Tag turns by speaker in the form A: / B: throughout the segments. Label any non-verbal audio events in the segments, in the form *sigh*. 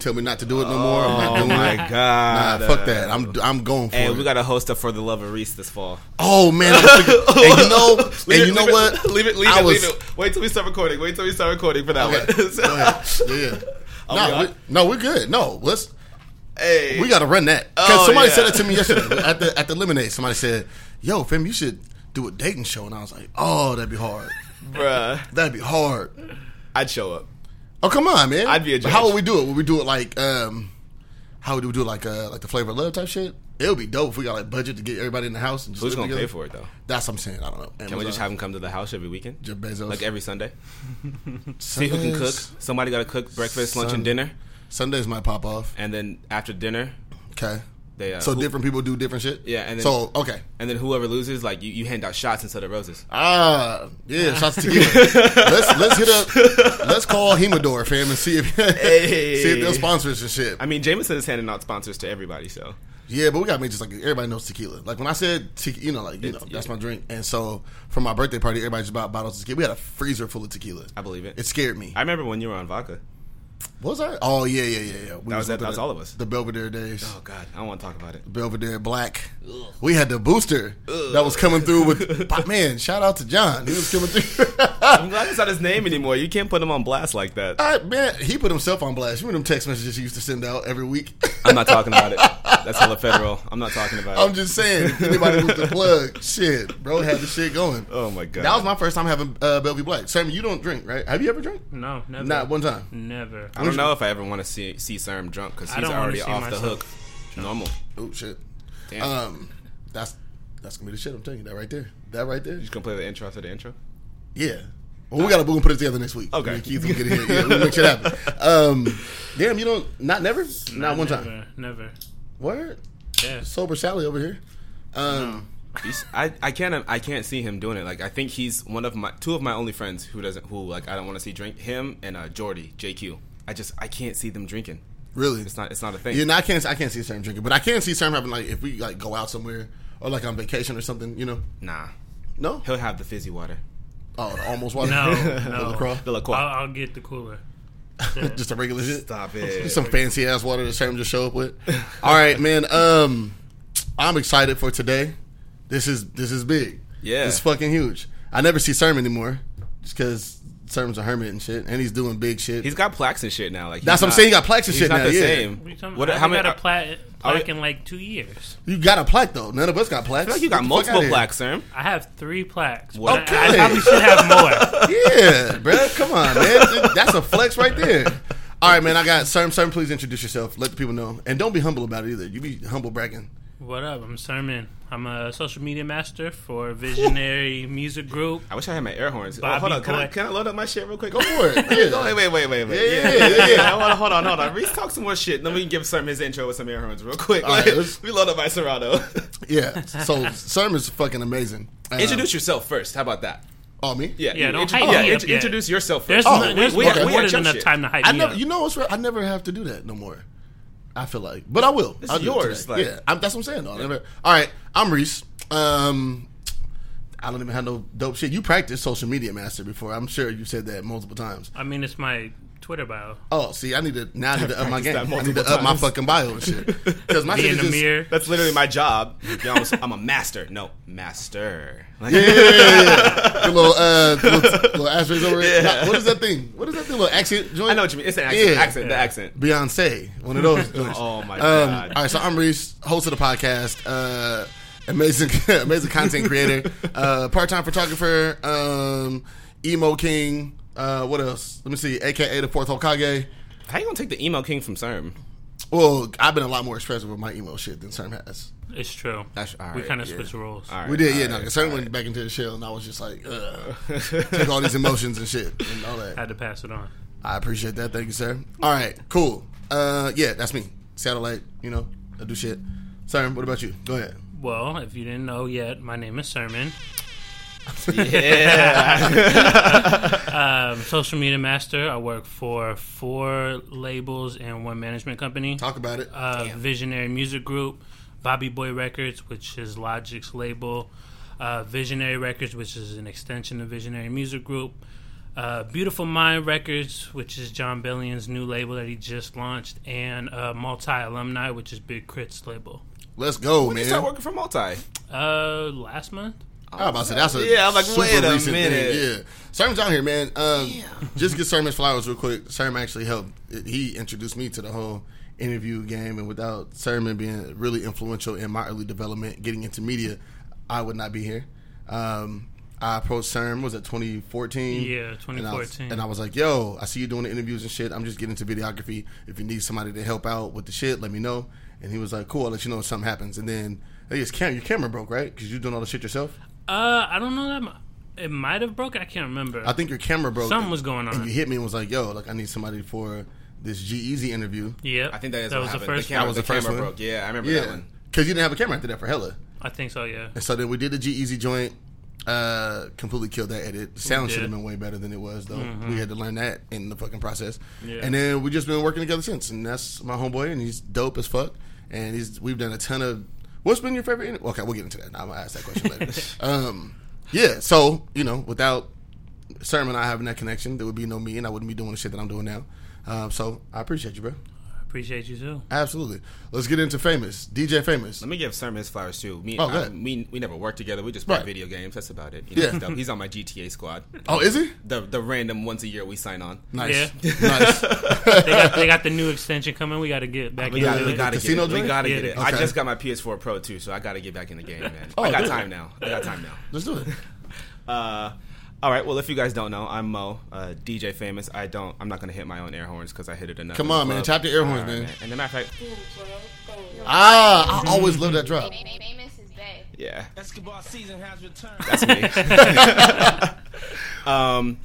A: Tell me not to do it no more. I'm not
B: Oh
A: doing
B: my
A: it. Nah,
B: god!
A: fuck that. I'm I'm going for
B: Hey,
A: it.
B: we got a host up for the Love of Reese this fall.
A: oh man, I was thinking-
B: *laughs*
A: and you know, and you know
B: leave
A: what?
B: It, leave it. Leave
A: I
B: it.
A: was-
B: leave it. Wait till we start recording. Wait till we start recording for that
A: Okay,
B: one.
A: go
B: *laughs*
A: ahead. Yeah.
B: Oh,
A: Nah,
B: we
A: we
B: got-
A: no, we're good. No, let's.
B: hey,
A: We got to run that. Cause
B: Oh,
A: somebody
B: yeah.
A: said it to me yesterday
B: *laughs*
A: at the at the lemonade. Somebody said, "Yo, fam, you should do a dating show." And I was like, "Oh, that'd be hard.
B: bruh.
A: That'd be hard."
B: I'd show up.
A: Oh come on, man.
B: I'd be a
A: But How
B: judge.
A: would we do it? Would we do it like um? How would we do it like uh like the flavor of love type shit? It would be dope if we got like budget to get everybody in the house. And just
B: Who's
A: live
B: gonna pay
A: together.
B: for it though?
A: That's what I'm saying. I don't know.
B: Can we just have him come to the house every weekend?
A: Jeff Bezos?
B: Like every Sunday. See who can cook. Somebody got to cook breakfast, lunch,
A: Sun-
B: and dinner.
A: Sundays might pop off.
B: And then after dinner,
A: Okay.
B: they uh,
A: so
B: who-
A: different people do different shit.
B: Yeah, and then-
A: so okay.
B: And then whoever loses, like you, you hand out shots instead of roses.
A: Ah, yeah. Shots to you. let's let's hit
B: *laughs*
A: up. Let's call Hemador fam and see if *laughs* see if they'll sponsor us and shit.
B: I mean, Jameson is handing out sponsors to everybody, so
A: Yeah, but we gotta make just like everybody knows tequila. Like when I said tequila, you know, like you know, that's my drink. And so for my birthday party, everybody just bought bottles of tequila. We had a freezer full of tequila.
B: I believe it.
A: It scared me.
B: I remember when you were on vodka.
A: What was I? Oh yeah, yeah, yeah, yeah. We
B: That was that-
A: up to
B: that was
A: the-
B: all of us.
A: The Belvedere days.
B: Oh God, I don't want to talk about it.
A: Belvedere Black. We had the booster that was coming through
B: *laughs*
A: with. but man, shout out to John. He was coming through. *laughs*
B: I'm glad it's not his name anymore. You can't put him on blast like that.
A: I, man, he put himself on blast. You remember them text messages he used to send out every week. *laughs*
B: I'm not talking about it. That's hella federal. I'm not talking about
A: I'm
B: it.
A: just saying, if anybody with the plug, shit, bro, had the shit going.
B: Oh my God.
A: That was my first time having uh, Bellevue Black. Sam, you don't drink, right? Have you ever drank?
C: No, never.
A: Not one time.
C: Never.
B: I don't know if I ever want to see see Serm drunk because
C: I
B: he's
C: don't wanna
B: already
C: see
B: off the
C: myself
B: hook. Normal.
A: Oh shit.
B: Damn.
A: Um, that's that's gonna be the shit. I'm telling you that right there. That right there.
B: you just gonna play the intro after the intro.
A: Yeah. Well, we gotta boom put it together next week.
B: Okay.
A: Me and Keith will get in here. Yeah, we'll make shit happen. Um, damn, you don't not never not, one
C: never,
A: time.
C: Never.
A: Word.
C: Yeah.
A: Sober Sally over here. Um,
B: He's- I, I can't I can't see him doing it. Like I think he's one of my two of my only friends who doesn't who like I don't want to see drink him and uh Jordy JQ. I just I can't see them drinking.
A: really.
B: It's not it's not a thing.
A: Yeah, no, I can't. I can't see Sam drinking, but I can see Sam having like if we like go out somewhere or like on vacation or something. You know?
B: nah,
A: No.
B: he'll have the fizzy water.
A: Oh, the almost water. *laughs*
C: No,
A: The
C: no.
A: LaCroix?
B: The LaCroix.
C: I'll, I'll get the cooler.
A: just a regular shit.
B: Stop it.
A: Some fancy ass water that Sam just show up with. All right, man. Um, I'm excited for today. This is this is big.
B: Yeah.
A: it's fucking huge. I never see Sermon anymore, just because Sermon's a hermit and shit, and he's doing big shit.
B: He's got plaques and shit now. Like
A: That's
B: he's
A: what I'm
B: not-
A: saying. He got plaques and
B: he's
A: shit
B: not
A: now.
B: the
A: yeah,
B: same.
C: What,
B: What-
C: I
B: how many?
C: got
B: I
C: a pla-
B: are we-
C: plaque in like two years.
A: you got a plaque though. None of us got plaques.
B: feel like you
A: Get
B: got
A: the fuck
B: multiple
A: outta here.
B: plaques, Serm.
C: I have three plaques.
B: What?
C: but I, I
A: Okay.
C: probably
A: *laughs*
C: should have more.
A: Yeah, bro. Come on, man. That's a flex right there. All right, man. I got Serm. Serm, please introduce yourself. Let the people know, and don't be humble about it either. You be humble bragging.
C: what up? I'm Sermon. I'm a social media master for Visionary Music Group.
B: I wish I had my air horns. Oh,
C: Bobby
B: hold on, can I,
C: Boy.
B: can I load up my shit real quick?
A: Go for it. Yeah.
B: *laughs* Go- wait, wait, wait, wait, wait.
A: Yeah, yeah, yeah, yeah.
B: I wanna, *laughs* hold on, hold on. Reese talk some more shit. Then we can give Serm his intro with some air horns real quick.
A: All right,
B: Like,
A: let's- Uh.
B: we load up my Serato.
A: Yeah. So Sermon's fucking amazing. Uh,
B: *laughs* Introduce yourself first. How about that?
A: Oh me?
B: Yeah,
C: Yeah,
B: you
C: don't
B: intro-
C: hype
B: yeah,
C: me up
B: int-
C: yet.
B: introduce yourself
C: There's,
B: first.
A: Oh,
C: no, there's
A: we-
C: more
A: okay.
C: more than
B: your
C: enough
B: shit.
C: time to hype
A: I
C: me
A: never.
C: up.
A: You know what's right? I never have to do that no more. I feel like, but I will.
B: It's
A: I'll do it
B: yours,
A: today.
B: like-
A: yeah, I'm, that's what I'm saying. Though. I never- all right, I'm Reese. Um, I don't even have no dope shit. You practiced social media master before. I'm sure you said that multiple times.
C: I mean, it's my Twitter bio.
A: Oh, see, I need to now. I need to up my
B: practiced
A: game.
B: that
A: I need to
B: multiple
A: up my
B: times.
A: fucking bio and shit. Because my
C: Be
A: shit
C: in
A: is
C: the
A: just,
C: mirror.
B: That's literally my job. Y'all was- I'm a master. No, master. Like,
A: Yeah, yeah, yeah, yeah. The little uh, the little, little asterisk over it. Nah, what is that thing? What is that thing? Little accent joint?
B: *laughs* I know what you mean. It's an accent.
A: Yeah.
B: Accent. The
C: Yeah.
B: accent.
A: Beyonce, one of those. joints.
B: *laughs* Oh, my
A: Um,
B: God.
A: All right, so I'm Reese, host of the podcast, uh, amazing, *laughs* amazing content creator, uh, part-time photographer, um, emo king. Uh, what else? Let me see. AKA the fourth Hokage.
B: How you gonna take the emo king from Serm?
A: Well, I've been a lot more expressive with my emo shit than Serm has.
C: It's true.
B: That's- all
C: we
B: right,
C: kind of
B: yeah.
C: switched roles.
B: All right,
A: we did,
B: all
A: yeah.
B: right.
A: No, Serm went back into the shell, and I was just like,
B: *laughs*
A: Ugh. took all these emotions and shit and all that.
C: Had to pass it on.
A: I appreciate that. Thank you, sir. All right, cool. Uh, yeah, that's me. Satellite, you know, I do shit. Sir, what about you? Go ahead.
C: Well, if you didn't know yet, my name is Sermon.
B: *laughs* Yeah.
C: I'm a social media master. I work for four labels and one management company.
A: Talk about it.
C: Uh, Visionary Music Group, Bobby Boy Records, which is Logic's label, uh, Visionary Records, which is an extension of Visionary Music Group, uh, Beautiful Mind Records, which is John Billion's new label that he just launched, and uh, Multi Alumni, which is Big Crit's label.
A: Let's go,
B: When
A: man.
B: you start working for Multi?
C: Uh, last month.
A: I was about to say that's a
B: Yeah, I'm like,
A: super
B: wait a
A: recent thing.
B: minute.
A: Yeah, Sermon's out here, man. Um, just get Sermon's flowers real quick. Sermon actually helped. He introduced me to the whole interview game, and without Sermon being really influential in my early development, getting into media, I would not be here. Um, I approached Sermon was it 2014?
C: Yeah,
A: And I, was,
C: 2014.
A: and I was like, yo, I see you doing the interviews and shit. I'm just getting into videography. If you need somebody to help out with the shit, let me know. And he was like, cool, I'll let you know if something happens. And then, I guess cam- your camera broke, right? Because you're doing all the shit yourself?
C: Uh, I don't know that mu- it might have broke. I can't remember.
A: I think your camera broke.
C: Something was going
A: And
B: *laughs*
C: on.
A: you hit me and was like, "Yo, like I need somebody for this G Easy interview."
C: yeah,
B: I think that is
C: that
B: what
C: was
B: happened.
C: the first.
B: the camera,
A: That was the first
B: camera
A: one.
B: broke. Yeah, I remember that
A: Yeah,
B: one.
A: because you didn't have a camera after that for hella.
C: I think so. Yeah.
A: And so then we did the G Easy joint. Uh, completely killed that edit. Sound
C: did.
A: should have been way better than it was though. We had to learn that in the fucking process.
C: Yeah.
A: And then we just been working together since. And that's my homeboy, and he's dope as fuck. And he's we've done a ton of. What's been your favorite? inter- Okay, we'll get into that. I'm gonna ask that question later. um, yeah. So you know, without Sermon and I having that connection, there would be no me, and I wouldn't be doing the shit that I'm doing now. Um, so I appreciate you, bro.
C: Appreciate you too.
A: Absolutely. Let's get into famous DJ famous.
B: Let me give Sermon his flowers too. Me,
A: Oh,
B: I-
A: good.
B: we we never worked together. We just played
A: Right.
B: video games. That's about it. You know,
A: Yeah.
B: he's dope. he's on my GTA squad.
A: Oh, is he?
B: The the random once a year we sign on.
A: Nice.
C: Yeah.
A: Nice.
C: They got, they got the new extension coming. We got to get back
B: We
C: into
B: gotta,
C: it.
B: we gotta get
A: casino
B: it. We
A: joint?
B: gotta get
C: Yeah.
B: it. I
A: Okay.
B: just got my PS4 Pro too, so I gotta get back in the game, man.
A: Oh,
B: I got
A: dude.
B: time now. I got time now.
A: Let's do it.
B: Uh, all right. Well, if you guys don't know, I'm Mo, uh, DJ famous. I don't. I'm not gonna hit my own air horns because I hit it enough.
A: Come
B: in the
A: on, man.
B: club.
A: Tap the air horns,
B: All
A: man.
B: And the matter of fact,
A: Ah, I always love that drop.
D: Famous is back.
A: *laughs*
B: yeah,
E: Basketball season has returned.
B: that's me. *laughs* um,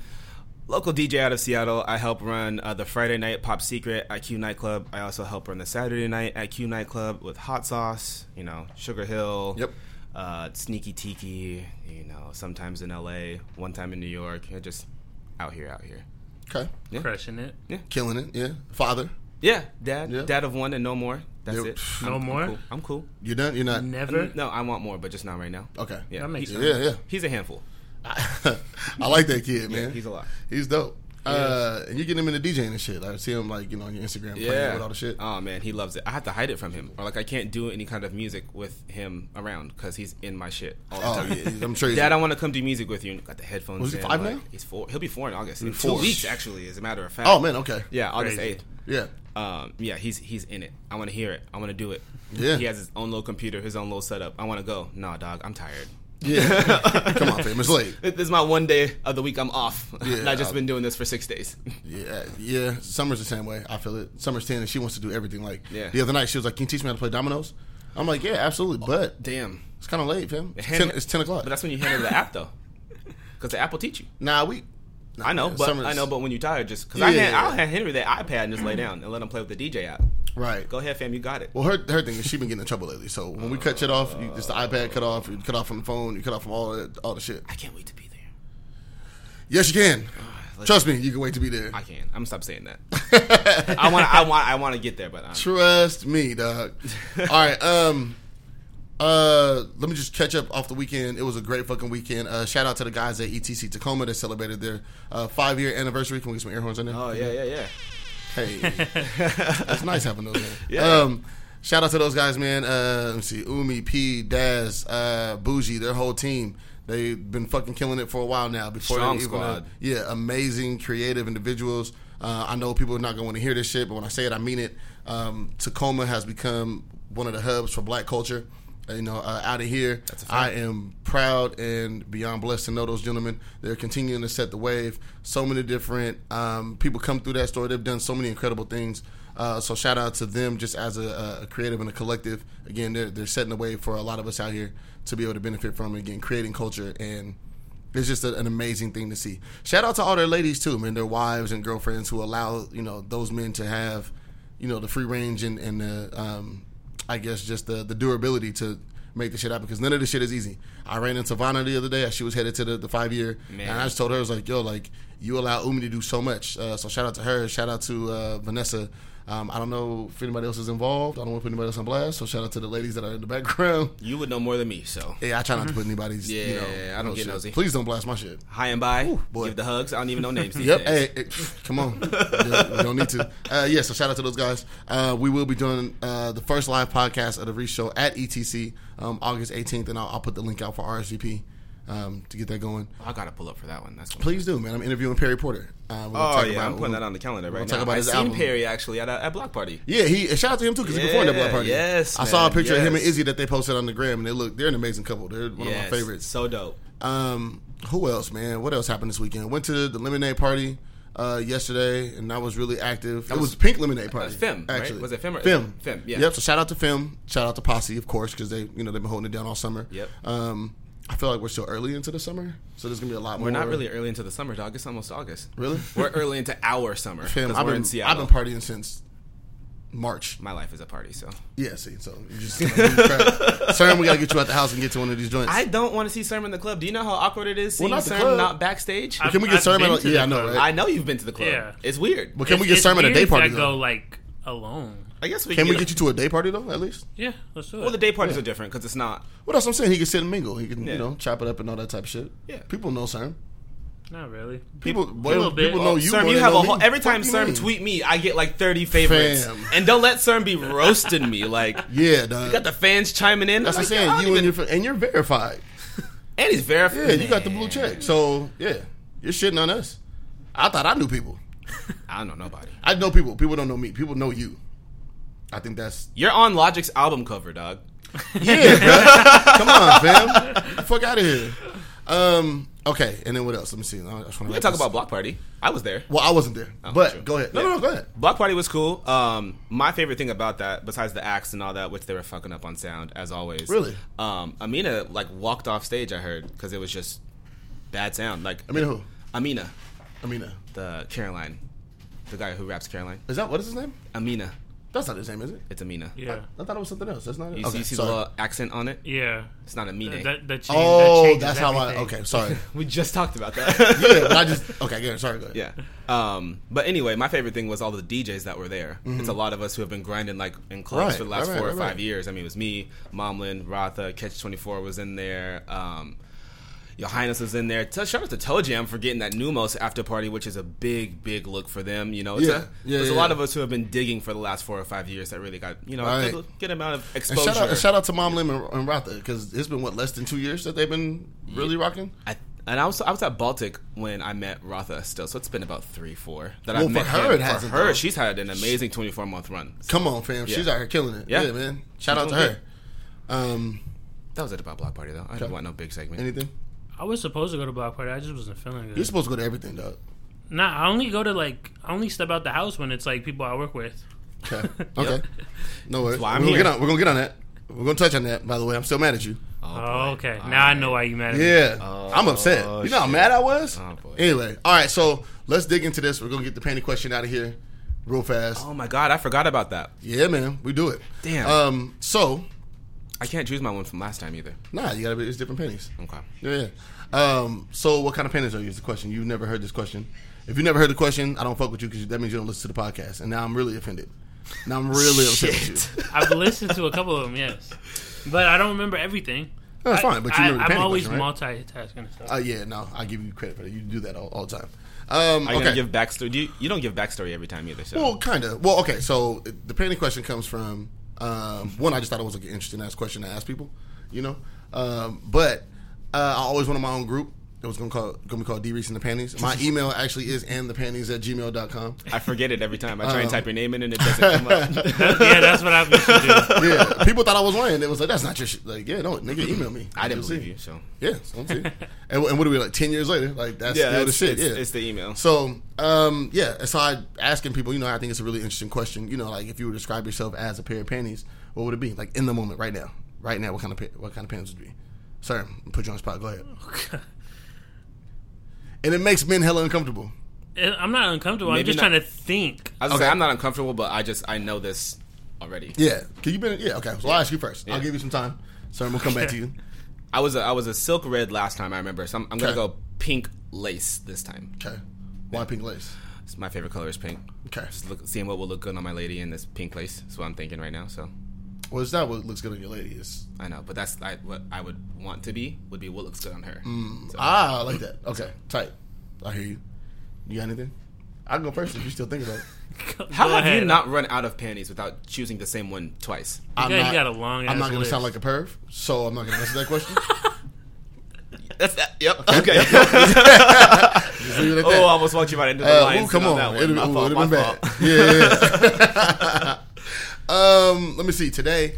B: local DJ out of Seattle. I help run uh, the Friday night Pop Secret at Q nightclub. I also help run the Saturday night at Q nightclub with Hot Sauce. You know, Sugar Hill.
A: Yep.
B: Uh, Sneaky Tiki. You know, sometimes in LA, one time in New York. You know, just out here, out here.
A: Okay.
C: Crushing it.
A: Killing it. Yeah. Father.
B: Yeah, dad,
A: Yeah.
B: dad of one and no more. That's
A: There-
B: it.
A: No
B: I'm- I'm
C: more?
B: cool. I'm cool.
A: You done? You're not?
C: Never.
B: No, I want more, but just not right now.
A: Okay.
B: Yeah,
C: That makes
B: he-
C: sense.
A: Yeah, yeah.
B: He's a handful.
A: *laughs* I like that kid, man.
B: Yeah, he's a lot.
A: He's dope. Uh, and you get him into DJing and shit. I see him like you know on your Instagram playing with all the shit.
B: Oh man, he loves it. I have to hide it from him, or like I can't do any kind of music with him around because he's in my shit all the
A: Oh,
B: time.
A: yeah, I'm sure he's-
B: Dad, I want to come do music with you. And got the headphones.
A: Was he
B: in,
A: five
B: like,
A: now?
B: He's four. He'll be four in August. In
A: four.
B: Two weeks, actually, as a matter of fact.
A: Oh man, okay.
B: Yeah, August
C: Crazy.
B: eighth.
A: Yeah.
B: Um, yeah, he's he's in it. I want to hear it. I want to do it.
A: Yeah.
B: He has his own little computer, his own little setup. I want to go. Nah, dog, I'm tired. *laughs*
A: Yeah. *laughs* Come on, fam. It's late.
B: This is my one day of the week I'm off.
A: Yeah,
B: and I've just
A: I'll-
B: been doing this for six days.
A: Yeah, yeah. Summer's the same way. I feel it. Summer's ten, and she wants to do everything. Like
B: Yeah.
A: the other night, she was like, "Can you teach me how to play dominoes?" I'm like, "Yeah, absolutely." But
B: Damn.
A: it's kind of late, fam. It's
B: Hand-
A: ten, it's 10 o'clock.
B: But that's when you handle the app, though. Because the app will teach you.
A: nah, we.
B: I know, but
A: Summer's-
B: I know, but when you're tired, just because I
A: Yeah.
B: hand, I'll hand Henry that iPad and just lay down and let him play with the DJ app.
A: Right.
B: Go ahead, fam, you got it.
A: Well, her her thing is she been getting in trouble lately. So when we cut shit off, you, just the iPad cut off, you cut off from the phone, you cut off from all that, all the shit.
B: I can't wait to be there.
A: Yes, you can.
B: let's-
A: Trust me, you can wait to be there.
B: Ah, I can. I'm gonna stop saying that. I want. I want. I want to get there, but I'm,
A: Trust me,
B: *laughs*
A: dog. All right. Um. Uh, let me just catch up off the weekend. It was a great fucking weekend. Uh, shout out to the guys at ETC Tacoma that celebrated their uh, five year anniversary. Can we get some air horns in there?
B: oh yeah, yeah, yeah. *laughs*
A: Hey, that's nice having those. Man.
B: Yeah.
A: Um, shout out to those guys, man. Uh, let's see, Umi, P, Daz, uh, Bougie, their whole team. They've been fucking killing it for a while now. Before
B: Strong
A: they even,
B: squad.
A: uh, yeah, amazing, creative individuals. Uh, I know people are not going to hear this shit, but when I say it, I mean it. Um, Tacoma has become one of the hubs for Black culture. Uh, You know, uh, out of here, I am proud and beyond blessed to know those gentlemen. They're continuing to set the wave. So many different um, people come through that store. They've done so many incredible things. Uh, so shout out to them, just as a, a creative and a collective. Again, they're they're setting the way for a lot of us out here to be able to benefit from. Again, creating culture and it's just a, an amazing thing to see. Shout out to all their ladies too, man, their wives and girlfriends who allow you know those men to have you know the free range and and the um, I guess just the the durability to make the shit happen because none of this shit is easy. I ran into Vanna the other day as she was headed to the, the five year,
B: Man.
A: and I just told her I was like, yo, like you allow Umi to do so much. Uh, so shout out to her. Shout out to uh, Vanessa. Um, I don't know if anybody else is involved. I don't want to put anybody else on blast. So shout out to the ladies that are in the background. *laughs*
B: You would know more than me, so
A: Yeah, I try not to put anybody's.
B: Mm-hmm. Yeah,
A: you know,
B: I don't get
A: shit.
B: nosy.
A: Please don't blast my shit.
B: high and by,
A: boy.
B: give the hugs. I don't even know names. These
A: Yep.
B: days.
A: Hey, hey, come
B: *laughs*
A: on. Yeah, we don't need to. Uh, yeah. So shout out to those guys. Uh, we will be doing uh, the first live podcast of the Reach Show at ETC um, August 18th, and I'll, I'll put the link out for RSVP um, to get that going.
B: I gotta pull up for that one. That's gonna-
A: Please do, man. I'm interviewing Perry Porter. Uh, we'll
B: Oh
A: talk
B: yeah,
A: about-
B: I'm
A: we'll-
B: putting that on the calendar right
A: we'll
B: now.
A: talk about
B: I
A: his
B: seen
A: album.
B: Perry actually at a at block party.
A: Yeah, he shout out to him too because he performed at
B: Yeah,
A: Black Party.
B: yes,
A: I saw a
B: man,
A: picture of him and
B: yes.
A: Izzy that they posted on the gram, and they look they're an amazing couple. They're one
B: Yes,
A: of my favorites.
B: So dope.
A: Um, who else, man? What else happened this weekend? Went to the lemonade party uh, yesterday, and I was really active. It was pink lemonade party.
B: Fem, uh, right? Was it Fem or-
A: Fem?
B: Fem, yeah.
A: Yep. So shout out to Fem. Shout out to Posse, of course, because they you know they've been holding it down all summer.
B: Yep.
A: Um, I feel like we're still early into the summer, so there's gonna be a lot
B: We're
A: more.
B: not really early into the summer, dog. It's almost August.
A: Oh. Really?
B: We're early into our summer
A: Fem,
B: because
A: I've
B: we're
A: been
B: in Seattle.
A: I've been partying since March.
B: My life is a party, so
A: Yeah. See, so you just you know,
B: *laughs*
A: crap. Sam, we gotta get you out the house and get to one of these joints.
B: I don't want to see Sermon in the club. Do you know how awkward it is
A: Well,
B: seeing
A: not the
B: Sermon
A: club.
B: not backstage?
C: I-
A: can we get
C: I've
A: Sermon?
C: been
A: on-
C: to the
A: Yeah, I know,
C: club.
A: right?
B: I know you've been to the club.
C: Yeah.
B: It's weird.
A: But can we
C: It's-
A: get
C: it's
A: Sermon at
C: weird
A: day
C: if I
A: party though?
C: go like alone.
B: I guess we
A: Can we get you to a day party though? At least.
C: Yeah, let's do it.
B: Well, the day parties are different because it's not.
A: What else I'm saying? He can sit and mingle. He can,
B: Yeah.
A: you know, chop it up and all that type of shit.
B: Yeah.
A: People know Serm.
C: Not really.
A: People,
C: little
A: well,
C: bit.
A: people know you.
B: Serm,
A: more
B: you
A: than
B: have a
A: know
B: whole.
A: me.
B: Every
A: Fuck
B: time
A: you
B: Serm
A: mean?
B: tweet me, I get like 30 favorites.
A: Fam.
B: And don't let Serm be roasting me. Like,
A: yeah, dog.
B: you got the fans chiming in.
A: That's
B: I'm
A: what I'm
B: like, yeah, I
A: saying.
B: don't
A: You and
B: even-
A: your fa- and you're verified.
B: And he's verified.
A: Yeah, you got the blue check. So yeah, you're shitting on us. I thought I knew people.
B: I don't know nobody.
A: I know people. People don't know me. People know you. I think
B: *laughs*
A: that's
B: You're on Logic's album cover, dog.
A: yeah, bro. Come on, fam. Fuck out of here. Um. Okay, and then what else? Let me see. I just wanna
B: We
A: wrap
B: can talk
A: this-
B: about Block Party. I was there.
A: Well, I wasn't there, but
B: true.
A: go ahead. No,
B: Yeah.
A: no, no, go ahead.
B: Block Party was cool. Um, my favorite thing about that, besides the acts and all that, which they were fucking up on sound as always.
A: Really?
B: Um, Amina like walked off stage. I heard because it was just bad sound. Like
A: I mean, who?
B: Amina,
A: Amina.
B: the Caroline, the guy who raps Caroline.
A: Is that what is his name?
B: Amina,
A: That's not his name, is it?
B: it's Amina.
C: Yeah,
A: I thought it was something else. That's not it.
B: You see,
A: okay,
B: you see the
A: sorry.
B: little accent on it?
C: yeah.
B: It's not Amina.
C: That that, that change, that
A: oh,
C: changes
A: that's how I.
C: everything.
A: Okay,
C: *laughs*
A: sorry.
B: we just talked about
A: yeah,
B: that.
A: but
B: *laughs*
A: I just okay. Go ahead, sorry. Go ahead.
B: yeah. Um, but anyway, my favorite thing was all the DJs that were there. It's a lot of us who have been grinding like in
A: Mm-hmm.
B: clubs
A: Right,
B: for the last
A: right,
B: four
A: right,
B: or
A: right.
B: five years. I mean, it was me, Momlin, Rotha, Catch Twenty Four was in there. Um, Your Highness was in there. Tell, shout out to Toe Jam for getting that Numos after party, which is a big, big look for them. You know, it's
A: Yeah,
B: a,
A: yeah,
B: there's
A: yeah.
B: a lot of us who have been digging for the last four or five years that really got you know
A: Right.
B: good, good amount of
A: And
B: exposure.
A: shout out, shout out to Mom Lim and, and Rotha because it's been what less than two years that they've been really rocking.
B: I, and I was I was at Baltic when I met Rotha still, so it's been about three, four that
A: Well,
B: I've
A: for
B: met
A: her
B: him.
A: it hasn't,
B: for her,
A: though.
B: she's had an amazing 24 month run. So
A: Come on, fam, she's
B: Yeah.
A: out here killing it. Yeah,
B: Yeah.
A: man. Shout out to
B: doing
A: her. Um,
B: that was it about Block Party though. I don't want no big segment.
A: anything?
C: I was supposed to go to block party. I just wasn't feeling
A: You're
C: it.
A: supposed to go to everything,
B: *laughs*
A: dog.
C: Nah, I only go to like I only step out the house when it's like people I work with.
A: Okay, okay. No worries.
B: why I'm
A: we're gonna
B: here.
A: get on. We're gonna get on that. We're gonna touch on that. By the way, I'm still mad at you.
B: boy.
C: Oh, okay. now I know why you mad at me.
A: Yeah, I'm upset. You know how
B: Oh, shit.
A: mad I was.
B: Oh, boy.
A: anyway, all right. So let's dig into this. We're gonna get the panty question out of here real fast.
B: Oh my god, I forgot about that.
A: Yeah, man, we do it.
B: Damn.
A: Um. So
B: I can't choose my one from last time either.
A: nah, you gotta be. It's different panties.
B: Okay.
A: Yeah. yeah. Um. So what kind of panties are you? Is the question. You've never heard this question. If you never heard the question, I don't fuck with you because that means you don't listen to the podcast. And now I'm really offended. Now I'm
C: *laughs*
A: really upset with you.
C: I've listened to a couple of them, yes, but I don't remember everything.
A: No, it's fine, but you
C: I,
A: remember the
C: I'm
A: panty
C: always
A: question, right?
C: multitasking
A: *laughs*
C: and stuff.
A: Uh, yeah. No, I give you credit for that. You do that all, all the time. Um.
B: Are you
A: okay.
B: gonna give backstory? Do you, you don't give backstory every time either. So
A: Well, kind of. Well, okay. So the panty question comes from um, one. I just thought it was like an interesting ass question to ask people, you know. Um, but uh, I always wanted my own group. It was gonna call gonna be called D Reese and the Panties.
B: *laughs*
A: My email actually is and the panties at gmail.com.
B: I forget it every time. I
A: Uh-huh.
B: try and type your name in and it doesn't come
A: *laughs*
B: up.
C: yeah, that's what I used to do.
A: Yeah, people thought I was lying. It was like that's not your shit. Like yeah, no, nigga, email me.
B: I didn't
A: You'll see.
B: believe you. So
A: Yeah, so let's see. and, and what are we like ten years later? Like that's
B: yeah,
A: still the
B: it's,
A: shit.
B: it's-
A: yeah,
B: it's the email.
A: So, um, yeah, so I asking people, you know, I think it's a really interesting question. You know, like if you were to describe yourself as a pair of panties, what would it be? Like in the moment, right now, right now, what kind of pa- what kind of panties would it be? Sir, I'm put you on the spot. Go ahead. and it makes men hella uncomfortable. *laughs*
C: I'm not uncomfortable. I'm
B: Maybe
C: just
B: not-
C: trying to think.
B: I was gonna say,
A: Okay.
B: I'm not uncomfortable, but I just I know this already.
A: Yeah, can you? Been, yeah, okay. So I'll ask you first. I'll
B: Yeah.
A: give you some time. Sir, we'll come back to you.
B: I was a, I was a silk red last time I remember, so I'm, I'm gonna
A: Okay.
B: go pink lace this time.
A: Okay. Why pink lace?
B: It's my favorite color is pink.
A: Okay.
B: Just look, seeing what will look good on my lady in this pink lace. That's what I'm thinking right now. So
A: Well, it's not what looks good on your lady. It's
B: I know, but that's I, what I would want to be. Would be what looks good on her. So,
A: ah, I like that. Okay, tight. I hear you. You got anything? I can go first if you still thinking about it.
B: how
C: Go
B: have
C: ahead.
B: you not run out of panties without choosing the same one twice?
A: I'm
C: guys
A: not,
C: got a long
A: I'm
C: ass
A: not gonna
C: list.
A: sound like a perv, so I'm not gonna answer that question.
B: That's that. Yep. *laughs* Okay.
A: *laughs* Just leave it at
B: *laughs* oh, I
A: that.
B: almost walked you right into the
A: Uh, ooh,
B: lines.
A: come on.
B: That one.
A: It'd,
B: My
A: ooh,
B: fault,
A: it'd have
B: my
A: been
B: fault.
A: bad. Yeah.
B: *laughs*
A: yeah. *laughs* um, let me see. Today,